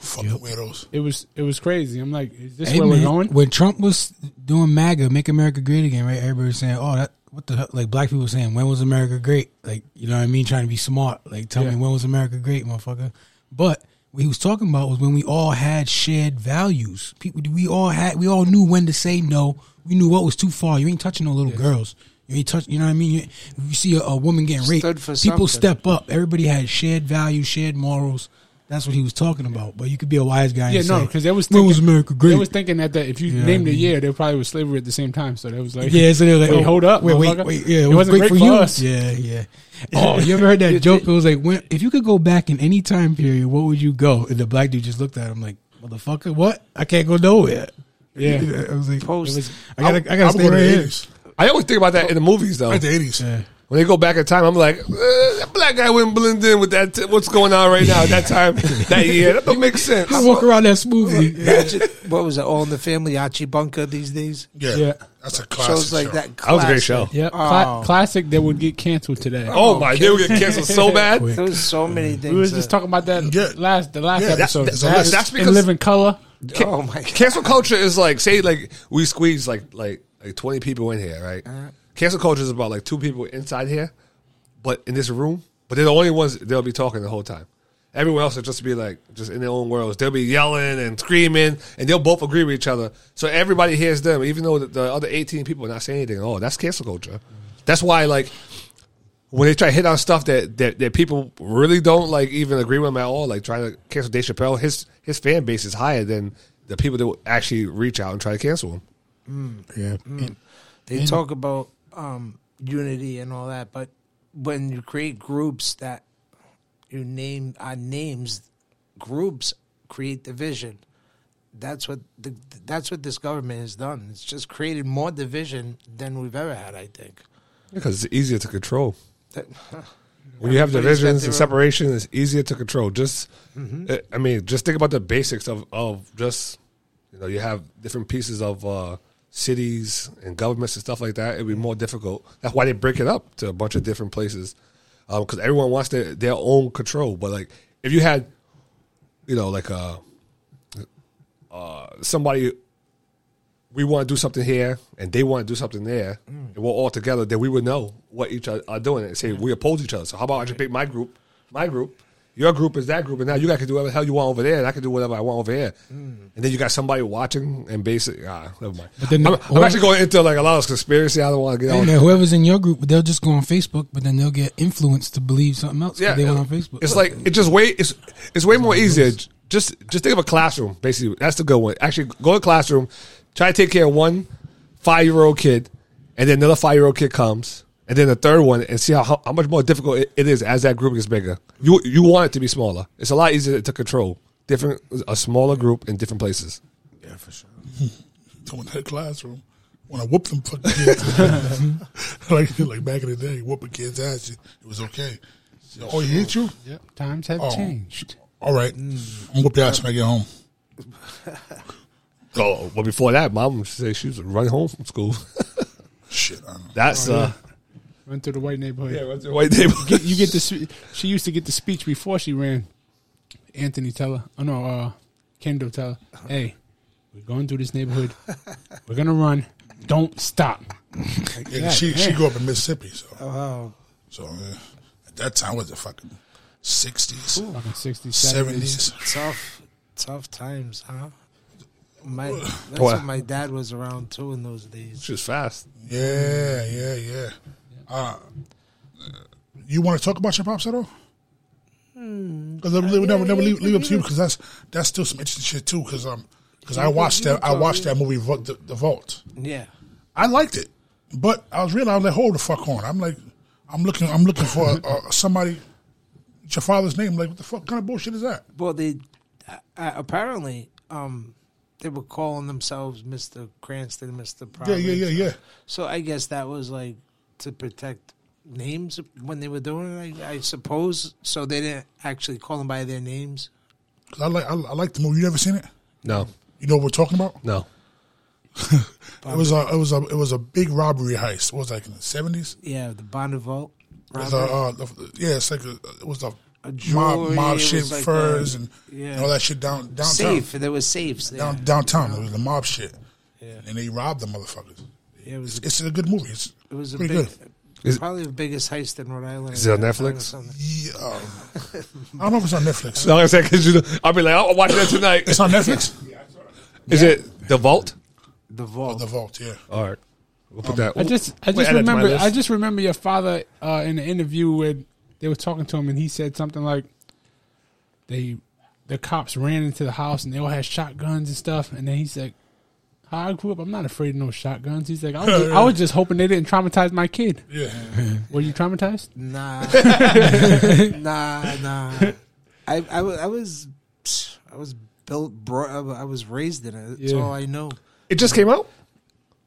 Fucking weirdos. It was it was crazy. I'm like, is this Hey, where we're man, going? When Trump was doing MAGA, Make America Great Again, right? Everybody was saying, "Oh, that what the hell?" Like black people saying, "When was America great?" Like you know what I mean? Trying to be smart. Like tell Yeah. me when was America great, motherfucker? But what he was talking about was when we all had shared values. People, we all had, we all knew when to say no. We knew what was too far. You ain't touching no little girls. You ain't touch. You know what I mean? You, if you see a, a woman getting raped, Stood for people something. step up. Everybody had shared values, shared morals. That's what he was talking about. But you could be a wise guy. Yeah, and no, say, because they was when thinking, was America great? They was thinking that, that if you Yeah. named the year, they probably was slavery at the same time. So that was like, Yeah, so they were like, wait, oh, hold up, wait, wait, motherfucker. wait, yeah, it wasn't great, for, you. us. Yeah, yeah. Oh, you ever heard that joke? It was like, when, if you could go back in any time period, what would you go? And the black dude just looked at him like, motherfucker, what? I can't go nowhere. Yeah. I was like, Post. it was- I gotta, I gotta I'm stay going right to the here. 80s. I always think about that in the movies, though. At the 80s. Yeah. When they go back in time, I'm like, eh, that black guy wouldn't blend in with that. T- what's going on right now at that time, that year? That don't make sense. I walk around that smoothie. Imagine- what was it? All in the Family, Archie Bunker these days. Yeah. Yeah. That's a classic. Shows like show. that. That was a great show. classic. Yeah, Oh. classic that would get canceled today. Oh my, they would get canceled so bad. Wait. There was so many things. We was that- just talking about that Yeah. last the last Yeah, that's- episode. that's- that's- that's In because- living color. Ca- Oh my God. Cancel culture is like say like we squeeze like like like twenty people in here, right? Cancel culture is about like two people inside here, but in this room, but they're the only ones they'll be talking the whole time. Everyone else will just be like just in their own worlds. They'll be yelling and screaming, and they'll both agree with each other. So everybody hears them, even though the, the other eighteen people are not saying anything. Oh, that's cancel culture. That's why like when they try to hit on stuff that, that, that people really don't like even agree with them at all, like trying to cancel Dave Chappelle, his his fan base is higher than the people that will actually reach out and try to cancel him. Yeah. they talk about um, unity and all that, but when you create groups that you name are names, groups create division. That's what the, that's what this government has done. It's just created more division than we've ever had. I think. Because it's easier to control. That- When you have Everybody's got divisions their and own- separation, it's easier to control. Just, uh, I mean, just think about the basics of, of just, you know, you have different pieces of uh, cities and governments and stuff like that. It'd be more difficult. That's why they break it up to a bunch of different places because everyone wants their, their own control. But, like, if you had, you know, like a, uh, somebody, we want to do something here and they want to do something there, and we're all together, then we would know what each other are doing and say we oppose each other. So how about I just pick my group, my group, your group is that group, and now you guys can do whatever the hell you want over there, and I can do whatever I want over here. And then you got somebody watching and basically, ah, never mind. Mm. But then I'm, the- I'm actually going into like a lot of conspiracy. I don't want to get And on. then uh, whoever's in your group, they'll just go on Facebook, but then they'll get influenced to believe something else. 'cause Yeah, they went it- on Facebook. It's like it's just way it's it's way more easier. J- Just just think of a classroom. Basically, that's the good one. Actually, go to classroom, try to take care of one five year old kid, and then another five year old kid comes, and then the third one, and see how how, how much more difficult it, it is as that group gets bigger. You you want it to be smaller. It's a lot easier to control different a smaller group in different places. Going to the classroom. When I whooped them fucking kids. like, like back in the day, whooping kids' ass, it it was okay. Oh, he hit you? Yep. Times have changed. Mm. All right. I'm going to whoop your ass when I get home. Oh, well, before that, mom used to say she was running home from school. Shit, I don't know. That's uh, Run through the white neighborhood. yeah, the white neighbor. Get- you get the. spe- She used to get the speech before she ran. Anthony Teller. Oh no, uh, Kendall Teller. Hey, we're going through this neighborhood. We're gonna run. Don't stop. Yeah, Uh-huh. 'cause she she damn. grew up in Mississippi, so Oh, so uh, at that time was the fucking sixties, Fucking 60s, 70s. seventies. tough, tough times, huh? My that's What? what my dad was around too in those days. She was fast. Yeah, yeah, yeah. Uh, you want to talk about your pops at all? Because never, never, never leave, leave it up to you because that's that's still some interesting shit too. Because um, because I watched that I watched that movie Vault- the, the Vault. Yeah, I liked it, but I was realizing I was like, hold the fuck on. I'm like, I'm looking, I'm looking for uh, somebody. it's Your father's name, like, what the fuck kind of bullshit is that? well, they uh, apparently um they were calling themselves Mr. Cranston, Mr. Yeah, Providence. yeah, yeah, yeah. So I guess that was like to protect names when they were doing it, I, I suppose. So they didn't actually call them by their names. 'Cause I like, I, I like the movie. You never seen it? No, You know what we're talking about? no. It was a, it was a, it was a big robbery heist. What was it, like in the seventies? Yeah, the Bonneville. The, uh, the, yeah, it's like a, it was the A mob, jewelry, mob it shit, was like furs the- and, yeah. and all that shit down downtown. Safe. There was safes. There. Down, downtown, it was the mob shit, Yeah. and they robbed the motherfuckers. Yeah, it was. It's a good movie. It's It was a pretty big, good. Is- probably the biggest heist in Rhode Island. Is it on at that time or Netflix? something. Yeah, um, I don't know if it's on Netflix. So like I said, because you know, I'll be like, I'll watch that tonight. It's on Netflix. Is it the vault? The vault. The Vault, yeah. All right, we'll put that. I just, I We'll just add that to my remember, list. I just remember your father uh, in the interview when they were talking to him, and he said something like, "They, the cops ran into the house, and they all had shotguns and stuff." And then he's like, "How I grew up, I'm not afraid of no shotguns." He's like, "I was, just, I was just hoping they didn't traumatize my kid." Yeah. Were you traumatized? nah, nah, nah. I, I, wa- I was, I was built. Bro- I wa- I was raised in it. That's Yeah. all I know. it just came out.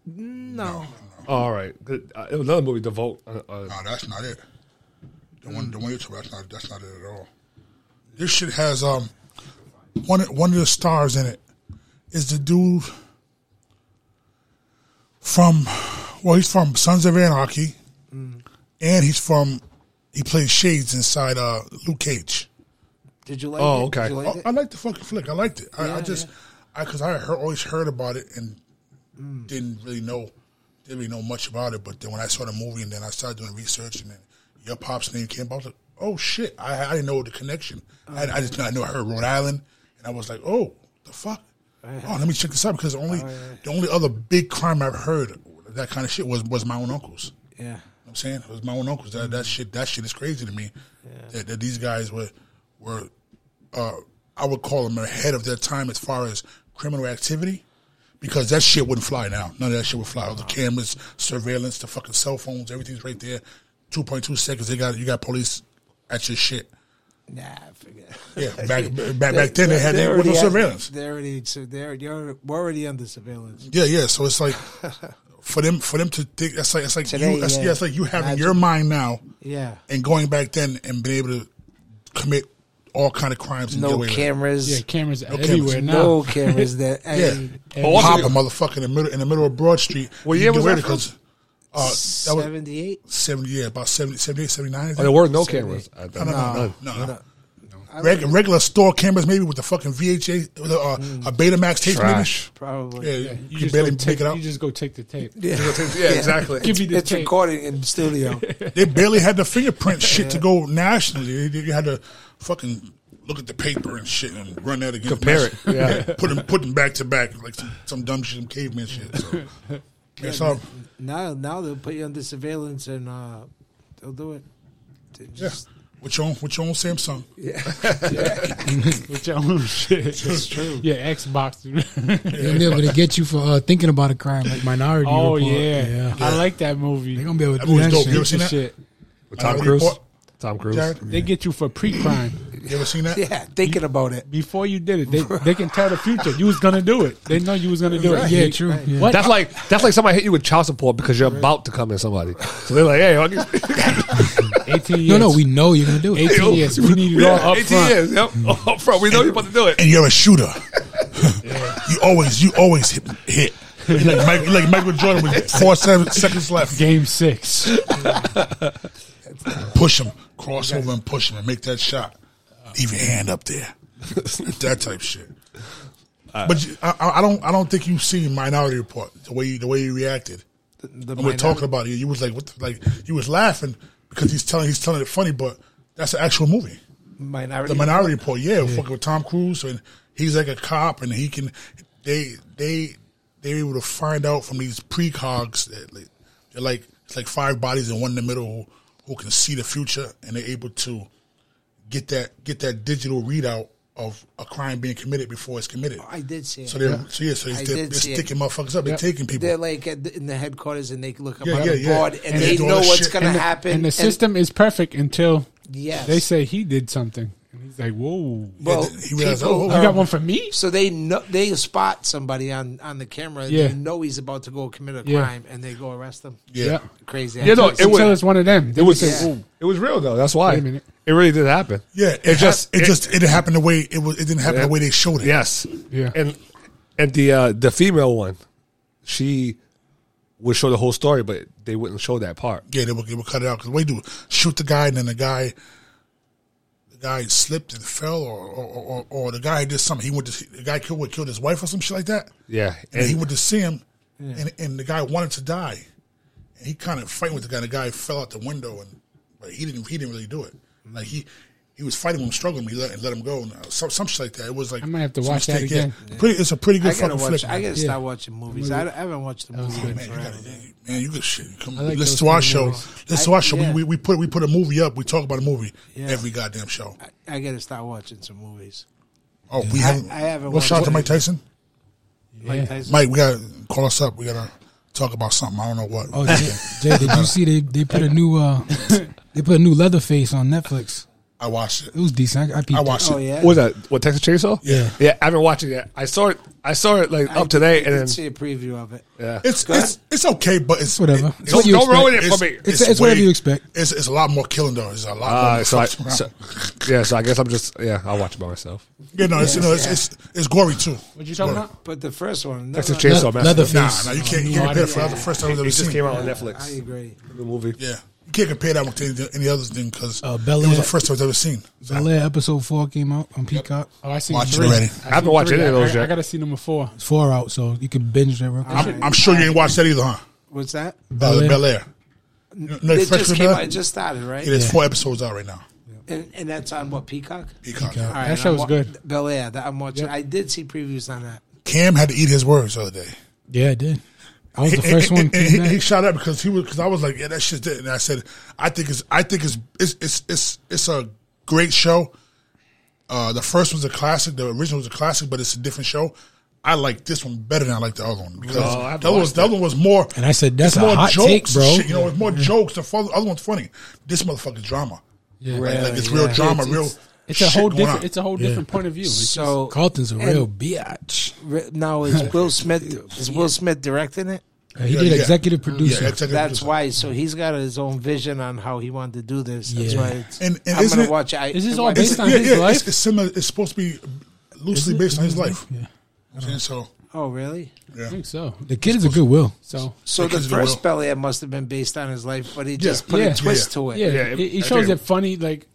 No, All right, Good. Uh, it was another movie, The Vault. Uh, uh, No, that's not it. The one, the one you're talking about, that's not, that's not it at all. This shit has um one one of the stars in it is the dude from well he's from Sons of Anarchy, and he's from he plays Shades inside uh Luke Cage. did you like? Oh, it? okay. Did you like Oh, it? I liked the fucking flick. I liked it. I, I just, I because I heard, always heard about it and didn't really know, didn't really know much about it. But then when I saw the movie and then I started doing research and then your pop's name came up, I was like, oh shit, I, I didn't know the connection. I, I just I knew I heard Rhode Island and I was like, oh the fuck, oh let me check this out because the only the only other big crime I've heard that kind of shit was was my own uncle's. Yeah. I'm saying it was my own uncles. That that shit that shit is crazy to me. That, that these guys were were uh, I would call them ahead of their time as far as criminal activity because that shit wouldn't fly now. None of that shit would fly. All the cameras, surveillance, the fucking cell phones, everything's right there. Two point two seconds. They got you got police at your shit. Nah, I forget. Yeah, back back, back then they had they, were no already- surveillance. They already so they're you're we're already under surveillance. Yeah, yeah. So it's like for them for them to think that's like it's like Today, you, that's, yeah. yeah, it's like you having your mind now. Yeah. and going back then and being able to commit all kind of crimes and get No away with it. cameras. Yeah, cameras cameras. everywhere now. no cameras. That Yeah, and But what's pop it- a motherfucker in the middle in the middle of Broad Street. What You year get was away that with it 'cause, uh, that was seventy eight. seventy, yeah, about 70, 78, 79. I oh, there think. were no cameras. I No, thought. no, no, no, no. I Reg- regular store cameras, maybe with the fucking VHA, uh, uh, a Betamax tape, Trash. Probably. maybe. Yeah, You, you, can just barely barely make take, it out. You just go take the tape. Yeah, exactly. Give me the It's tape. recording in studio. they barely had the fingerprint shit to go nationally. They- You had to fucking look at the paper and shit and run that again. Compare it, yeah. put them put them back to back like some, some dumb shit, some caveman shit. So. Yeah, so now, now they'll put you under surveillance and uh, they'll do it. They yeah, Just, with your own with your own Samsung. with your own shit. It's true. Yeah, Xbox. They'll be able to get you for uh, thinking about a crime like Minority oh Report. yeah. yeah. I like that movie. They're gonna be able to That do movie's that dope. shit. You ever seen that? Shit. With Tom Uh, Cruise. report, Tom Cruise. Jared? They get you for pre-crime You ever seen that? yeah, thinking about it. before you did it. They they can tell the future you was gonna do it. They know you was gonna do it. Yeah, true. Yeah. What? That's like that's like somebody hit you with child support because you're about to come in somebody. So they're like, hey, I'll get- Eighteen years. No, no, we know you're gonna do it. 18 years. We need it all up 18 front. years. Yep, up front. We know you're about to do it. And you're a shooter. You always, you always hit. hit. You like, Mike, you like Michael Jordan with four seven seconds left. Game six. Push him, cross over and push him and make that shot. Leave your hand up there. that type shit. but you, I- I, I don't, I don't think you've seen Minority Report the way you, the way you reacted. The And we're minor- talking about it. You was like, what? The, like you was laughing because he's telling he's telling it funny, but that's an actual movie. minority. The Minority Report, yeah, fucking with Tom Cruise, and he's like a cop, and he can they they they're able to find out from these precogs that like, they're like it's like five bodies and one in the middle who, who can see the future, and they're able to get that get that digital readout of a crime being committed before it's committed. I did see it. So they're so yeah, so I they're, did they're, see it. sticking motherfuckers up, they're taking people. They're like at the, in the headquarters, and they look up Yeah, on yeah, the yeah. board, and, And they they do all know this what's shit. going to And the- happen. And the system is perfect until yes, they say he did something. And he's like, whoa. well, Yeah, he realized, people oh, You got are- one for me? So they know they spot somebody on on the camera. and Yeah. They know he's about to go commit a Yeah. crime, and they go arrest him. yeah. Crazy. Yeah, no, activity. it Until was- it's one of them. They It would was say, Yeah. whoa. it was real though. That's why Wait a minute. it really did happen. Yeah, it, just it, just it didn't happen the way it was. It didn't happen Yeah. the way they showed it. Yes. Yeah. And and the uh, the female one, she would show the whole story, but they wouldn't show that part. yeah, they will they will cut it out because what do you do? Shoot the guy, and then the guy, the guy slipped and fell, or or, or, or the guy did something. He went to see, the guy killed what killed his wife or some shit like that. Yeah. and, he went to see him, and and the guy wanted to die, and he kind of fighting with the guy. The guy fell out the window, and but he didn't he didn't really do it. Like he. He was fighting with him, struggling. He let, and let him go, and uh, some, some shit like that. It was like I might have to some watch that mistake, yeah. again. Pretty, it's a pretty I good gotta fucking watch. flick. I man. gotta start watching movies. I, I haven't watched the movies in Man, you forever. gotta- man, you could shit. Come, like listen those to our kind of show. movies. Listen to our I- show. yeah. We, we put we put a movie up. We talk about a movie Yeah. every goddamn show. I, I gotta start watching some movies. Oh, we haven't. I haven't Well, shout out to watched- Mike Tyson. Yeah. Mike Tyson. Mike, we gotta call us up. We gotta talk about something. I don't know what. Oh, Jay, Jay, did you see they, they put a new uh they put a new Leatherface on Netflix? I watched it. It was decent. I, I, peeped I it. watched Oh it. yeah. What was that? What Texas Chainsaw? Yeah. yeah. I haven't watched it yet. I saw it. I saw it like I up today, and did then see a preview of it. yeah. It's it's it's okay, but it's Whatever. it- It's what you don't expect. ruin it for me. It's- it's whatever you expect. It's it's a lot more killing though. It's a lot. Uh, more so, I, fucks around. so yeah, so I guess I'm just yeah. I'll watch it by myself. you know, it's, you know, it's, it's it's gory too. What you talking Gory. about? But the first one, no, Texas no, Chainsaw Massacre. Le- Nah, Leatherface. nah, you can't, you No, I can't compare it didn't- for the first time I've ever It just seen. came out on I Netflix. agree. The movie. Yeah, you can't compare that one to any, any others thing because Uh, it Bel was Air. the first time I've ever seen. So- Bel Air episode four came out on Peacock. Oh, I seen Watch it three. already. seen I haven't watched three. any of those I, yet. I gotta see number four. It's four out, so you can binge that real quick. I'm, I'm sure you ain't watched that either, huh? What's that? Bel Air. Air. Bel Air. No, no, It Fresh just Prince of came Bel out. It Air. just started, right? Yeah, there's four episodes out right now. And, and that's on what Peacock? Peacock. All right, That and show I'm was good. Bel Air. That I'm watching. I did see previews on that. Cam had to eat his words the other day. Yeah, I did. I was the And- first and- one. and he, he feedback. shot up because he was because I was like, yeah, that shit's dead. And I said, I think it's I think it's it's it's it's, it's a great show. Uh, the first one's a classic. The original was a classic, but it's a different show. I like this one better than I like the other one because Oh, No, I've the other one watched the other one was more. And I said, that's it's a hot jokes take, and bro. shit, you know, it's more jokes. The fo- other one's funny. This motherfucker's drama. Yeah. Like, like it's Yeah, real yeah. drama. It's- real. it's- It's a whole shit going different. on. It's a whole different point of view. It's So Carlton's a and- real biatch. Re- Now is Will Smith is Will Smith directing it? Uh, he Yeah, did yeah. executive Yeah, producer. executive That's producer. why. So he's got his own vision on how he wanted to do this. That's Yeah. why. It's, And- and I'm isn't gonna it- watch. I, Is this I all watch based it. on- his life? It's, it's similar. It's supposed to be loosely based on his Mm-hmm. life. Yeah. So Oh, really? I think so. The kid is a good will. So So the Because of the first will. Bel Air must have been based on his life, but he just put yeah, a twist to it. yeah, Yeah, he, he I shows think- it funny. Like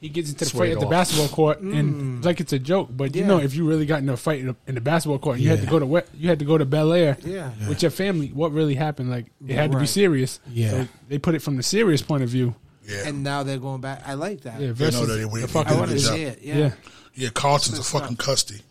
he gets into the Swayed fight at the off. basketball court, and like it's a joke. But you Mm. Yeah. know, if you really got into a fight in the, in the basketball court, you had to Yeah. go to we- you had to go to Bel Air. Yeah. with your family, what really happened? Like it had to be Right. serious. Yeah. so they put it from the serious point of view. yeah. And now they're going back. I like that. Yeah, no, versus they- we- the we I fucking did want to good job. see it. Yeah. yeah. Yeah, Carlton's a fucking custody.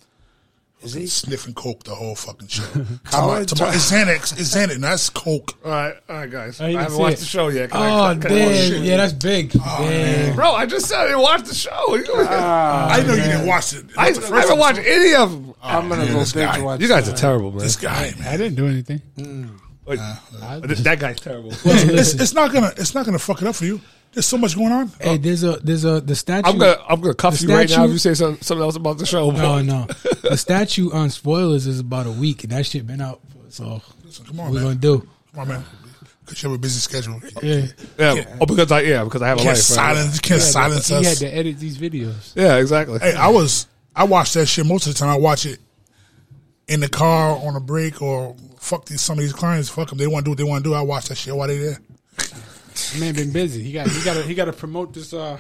Is he? Sniffing coke the whole fucking show. Come Colin on, come on. It's Xanax. It's Xanax. and That's coke. All right, all right, guys. I, I didn't haven't see watched it. the show yet. Can I- Oh, can I watch it? damn. Yeah, that's big. Uh-huh. Damn. bro! I just said I didn't watch the show. You- Uh, I know you didn't watch it. I, I That's the first haven't watched episode. any of them. I'm gonna yeah, go this guy. binge watch. You guys are terrible, man. This guy, man. I didn't do anything. But- I- but th- that guy's terrible. It's, it's not gonna. It's not gonna fuck it up for you. There's so much going on. Hey, there's a there's a the statue. I'm gonna I'm gonna cuff The you right now if statue- you say something, something else about the show. No, no. The statue on spoilers is about a week, and that shit been out. So Listen, come on, we're man. gonna do. Come on, man. Because you have a busy schedule. You Yeah. Yeah, oh, because I yeah because I have a can't life. right? silence. You can't silence He had us. to edit these videos. Yeah, exactly. Hey, I was. I watched that shit most of the time. I watch it in the car on a break or fuck these some of these clients. Fuck them. They want to do what they want to do. I watch that shit while they there. The man been busy. He got he got to he got to promote this uh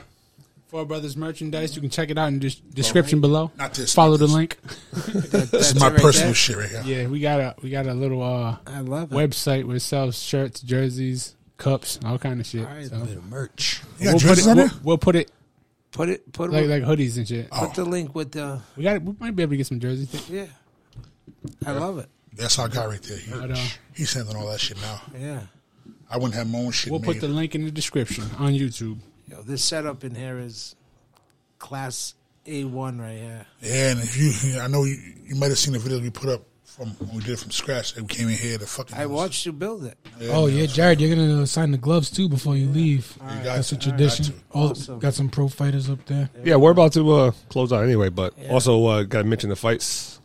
Four Brothers merchandise. You can check it out in the des- description below. Not this, Follow not the this. link. This is my personal shit right here. Yeah, we got a we got a little uh I love it. website where it sells shirts, jerseys, cups, all kind of shit. All right, So Bit of merch. You we'll got put dresses it. on We'll, there? we'll put it Put it. Put, like like hoodies and shit. put Oh. the link with the We got. We might be able to get some jerseys. yeah. I love it. That's our guy right there. He, But, uh, he's sending all that shit now. Yeah. I wouldn't have my own shit. We'll made. put the link in the description on YouTube. Yo, this setup in here is class A one right here. Yeah, and if you, I know you, you might have seen the videos we put up from when we did it from scratch. and We came in here to fucking. I watched you build it. oh yeah, Jared, you're uh, gonna sign the gloves too before you leave. got That's to. a You got tradition. to. All Awesome. got some pro fighters up there. Yeah, we're about to uh, close out anyway, but also uh, got to mention the fights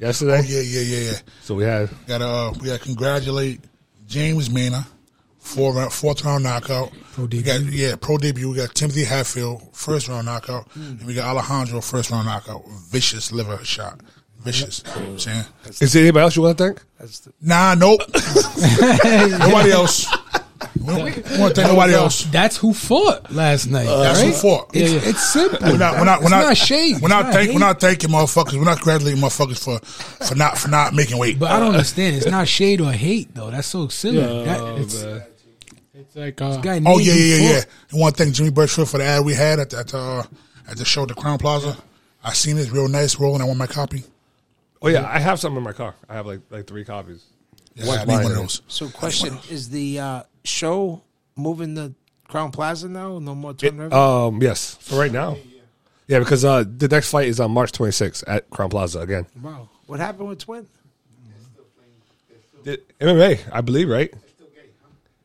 yesterday. Oh, Yeah, yeah, yeah, yeah. So we had Gotta uh, we gotta congratulate James Mina, four round, fourth round knockout. Pro We got yeah, pro debut. We got Timothy Hatfield, first round knockout, and we got Alejandro, first round knockout. Vicious liver shot. Vicious. You know what I'm saying? Is there anybody else you want to thank? That's the, Nah, nope. nobody else. We don't want to thank nobody else. That's who fought last night. Uh, That's who right? fought. It's, it's simple. We're not, we're not, we're It's not, not shade. We're It's not, not thank, hate. we're not thanking motherfuckers. We're not congratulating motherfuckers for, for not, for not making weight. But I don't understand. It's not shade or hate though. That's so silly. Oh, that, it's, It's like uh, guy Oh named yeah, yeah, you yeah, yeah. fought. I want to thank Jimmy Birchfield for the ad we had at the, at the, uh, at the show at the Crown Plaza. I seen it real nice rolling. I want my copy. Oh yeah, I have some in my car. I have like like three copies. Yeah, What's I need mine? one of those. so question is the uh, show moving to Crown Plaza now? No more Twin uh, River. Um, yes, for right now. Yeah, because uh, the next fight is on March 26th at Crown Plaza again. wow. What happened with Twin? The Oh, MMA, I believe, right?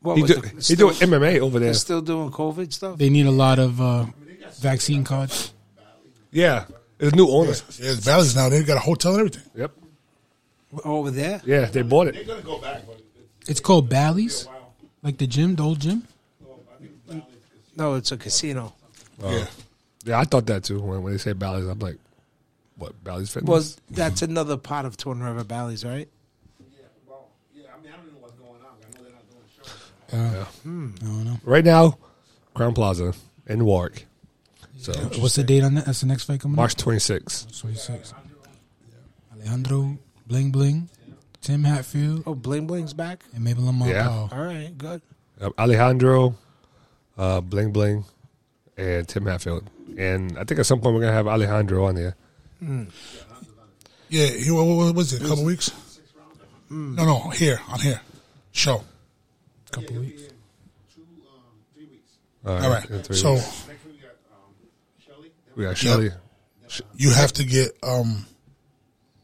What He was do, the- he doing MMA over there. they're still doing COVID stuff. They need a lot of uh, vaccine cards. Yeah, it's new owners. Yeah, it's Valley's now. They got a hotel and everything. Yep. Over there, Yeah, they bought it. gonna go back, but It's called Bally's, like the gym, the old gym. no, it's a casino. yeah, Yeah, I thought that too when, when they say Bally's. I'm like, what Bally's Fitness? Was that's another part of Twin River Valleys, right? yeah, I mean, I don't know what's going on. I know they're not doing shows. right now, Crown Plaza in Warwick. So What's the date on that? That's the next fight coming March 26th. up. Twenty six. Alejandro, Bling Bling, Tim Hatfield, Oh, Bling Bling's back. and Mabel Lamar. Yeah. Powell. All right, good. Uh, Alejandro, uh, Bling Bling, and Tim Hatfield. And I think at some point we're gonna have Alejandro on there. yeah. He, what, what was it? A couple weeks? No, no. Here on here, show. Couple weeks. All right. in three So weeks. we got Shelly. Yep. you have to get um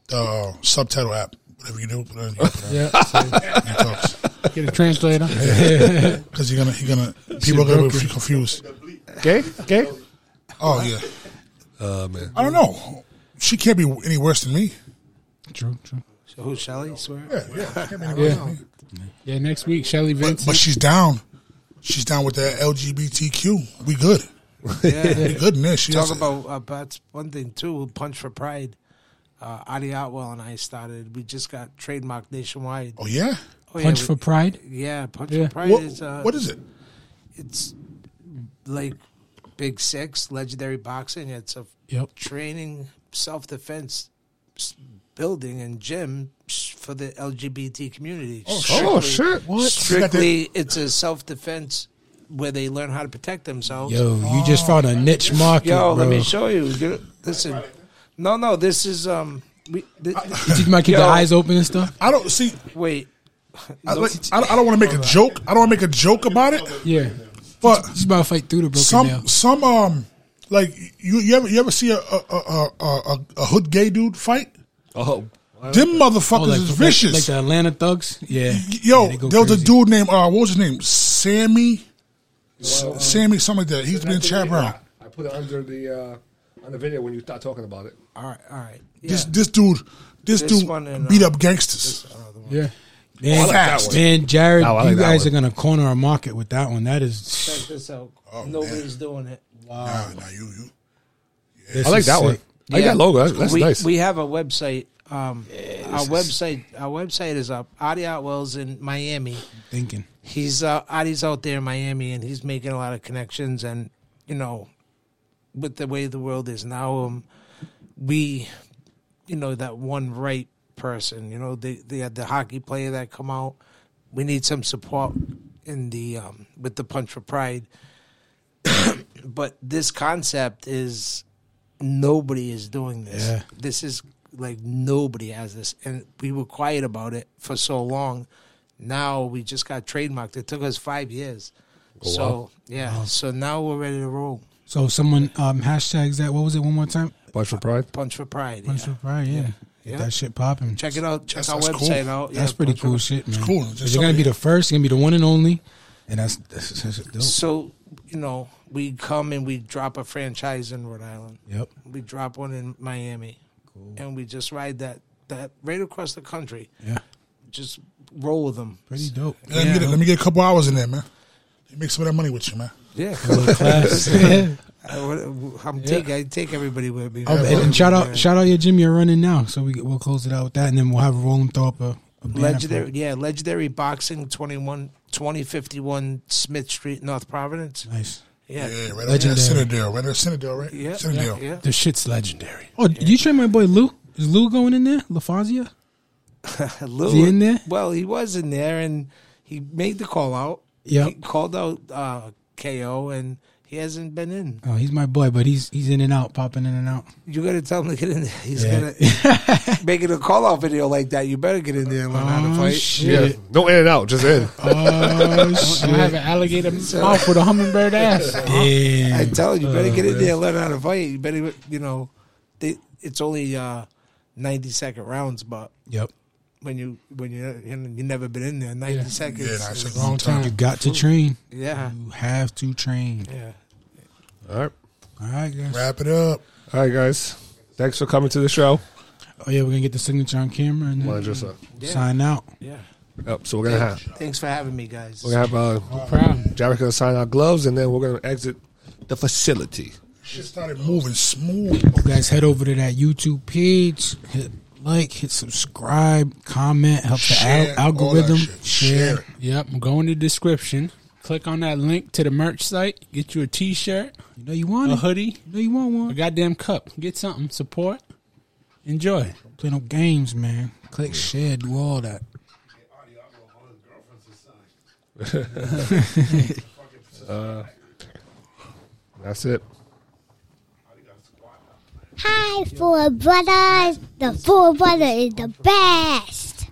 the uh, subtitle app. Whatever you do, put it on. You put it yeah, so on your talks. get a translator. Because you're gonna, you're gonna, people are gonna be confused. Gay? Gay? Oh yeah, Oh man. I don't know. She can't be any worse than me. True, true. So who Shelly? Swear. Yeah, yeah. She can't be any worse than Yeah, me. yeah. Next week, Shelly But, Vincent. but she's down. She's down with that LGBTQ. We good. Yeah. We good in this. She Talk has- about uh, that's one thing too. Punch for Pride. Uh, Adi Otwell and I started. We just got trademarked nationwide. Oh yeah. Oh, yeah, Punch we- for Pride. Yeah, Punch Yeah. for Pride What, is uh, what is it? it's like Big Six, Legendary Boxing. It's a Yep. training self defense building and gym sh- for the LGBT community. Oh shit. Strictly, it's a self defense where they learn how to protect themselves. Yo, you just found a niche market, Yo, bro. let me show you. You- Listen, no, no, this is um. We, th- you think you might keep Yo. the eyes open and stuff? I don't see. wait, I, like, I, don't- I don't want to make a joke. I don't want to make a joke about it. yeah, But He's about to fight through the broken some down. some um like you you ever you ever see a a a, a, a, a hood gay dude fight? Oh. Them motherfuckers Oh, like, is like- vicious. Like, the Atlanta thugs? Yeah. Yo, Yeah, they go there was a crazy. dude named uh, what was his name? Sammy, S- Sammy, something like that. He's been Chad Brown. I put it under the uh, on the video when you start talking about it. all right, all right. Yeah. This this dude, this, This dude one and, beat uh, up gangsters. yeah. Man, that one. man, Jared, No, I like you that guys one. are going to corner our market with that one. That is. Check this out. Oh, Nobody's doing it. Ah, Nah, nah, you you. this I like is that one. sick. I like that logo. That's, that's we, nice. We have a website Um, our website, our website is up. Adi Otwell's in Miami. Thinking. He's uh, Adi's out there in Miami, and he's making a lot of connections. And you know, with the way the world is now, um, we, you know, that one right person. You know, they they had the hockey player that come out. We need some support in the um, with the punch for pride. but this concept is nobody is doing this. Yeah. This is like nobody has this, and we were quiet about it for so long. Now we just got trademarked. It took us five years. Oh, so yeah, so now we're ready to roll. So someone um, hashtags that. What was it? One more time. Bunch of pride. Punch for pride. Punch yeah. for pride. Yeah. Get Yeah. that shit popping. Check it out. Check That's- our that's cool. website out. Yeah, That's pretty Punch for cool Pride. shit, man. cool. Just If You're gonna be the first. You're gonna be the one and only. And that's that's, that's dope. So you know, we come and we drop a franchise in Rhode Island. Yep. We drop one in Miami, and we just ride that that right across the country. Yeah. Just roll with them. Pretty dope. Let, me get a, let me get a couple hours in there, man. You make some of that money with you, man. Yeah, Class. Yeah. I, am Uh, take I take everybody with me. Oh, and, and shout out, shout out your gym you're running now. So we we'll close it out with that, and then we'll have Roland throw up a, a banner legendary. for it. Yeah, legendary boxing 21, 2051 Smith Street, North Providence. Nice. Yeah, Yeah, yeah, right Legendary. out there, Citadel. Right there, Citadel, right? yeah, Citadel. yeah. The shit's legendary. Oh, did you train my boy Lou? Is Lou going in there? LaFazia? Lou, he in there? Well, he was in there, and he made the call out. Yep. he called out uh, KO, and he hasn't been in. Oh, he's my boy, but he's he's in and out, popping in and out. You gotta tell him to get in there. He's Yeah. gonna making a call out video like that. You better get in there and learn how to Oh, fight. Yeah. shit. No in and out, just in. Oh, I shit. have an alligator mouth with a hummingbird ass. Damn. I tell you, you better get in there and learn how to fight. You better, you know, they, it's only uh, ninety second rounds, but Yep. when you when you you know, you never been in there, ninety seconds. Yeah, is- nah, it's a yeah, long You time. got to train. yeah, You have to train. All right. All right, guys. Wrap it up. All right, guys. Thanks for coming to the show. Oh yeah, we're gonna get the signature on camera and Wanna then dress up? sign out. yeah. Yep. So we're gonna have Thanks for having me, guys. we're gonna have uh, Proud. Jericho sign our gloves, and then we're gonna exit the facility. Shit started moving smooth. You guys head over to that YouTube page, hit like, hit subscribe, comment, help the Share, al- all that algorithm, shit. share. Share. Yep, go in the description. Click on that link to the merch site. Get you a t-shirt, You know you want a it. hoodie, You know you want a one. goddamn cup. Get something. Support. Enjoy. Play no games, man. Click share, do all that. That's it. Hi, four brothers. The four brother is the best.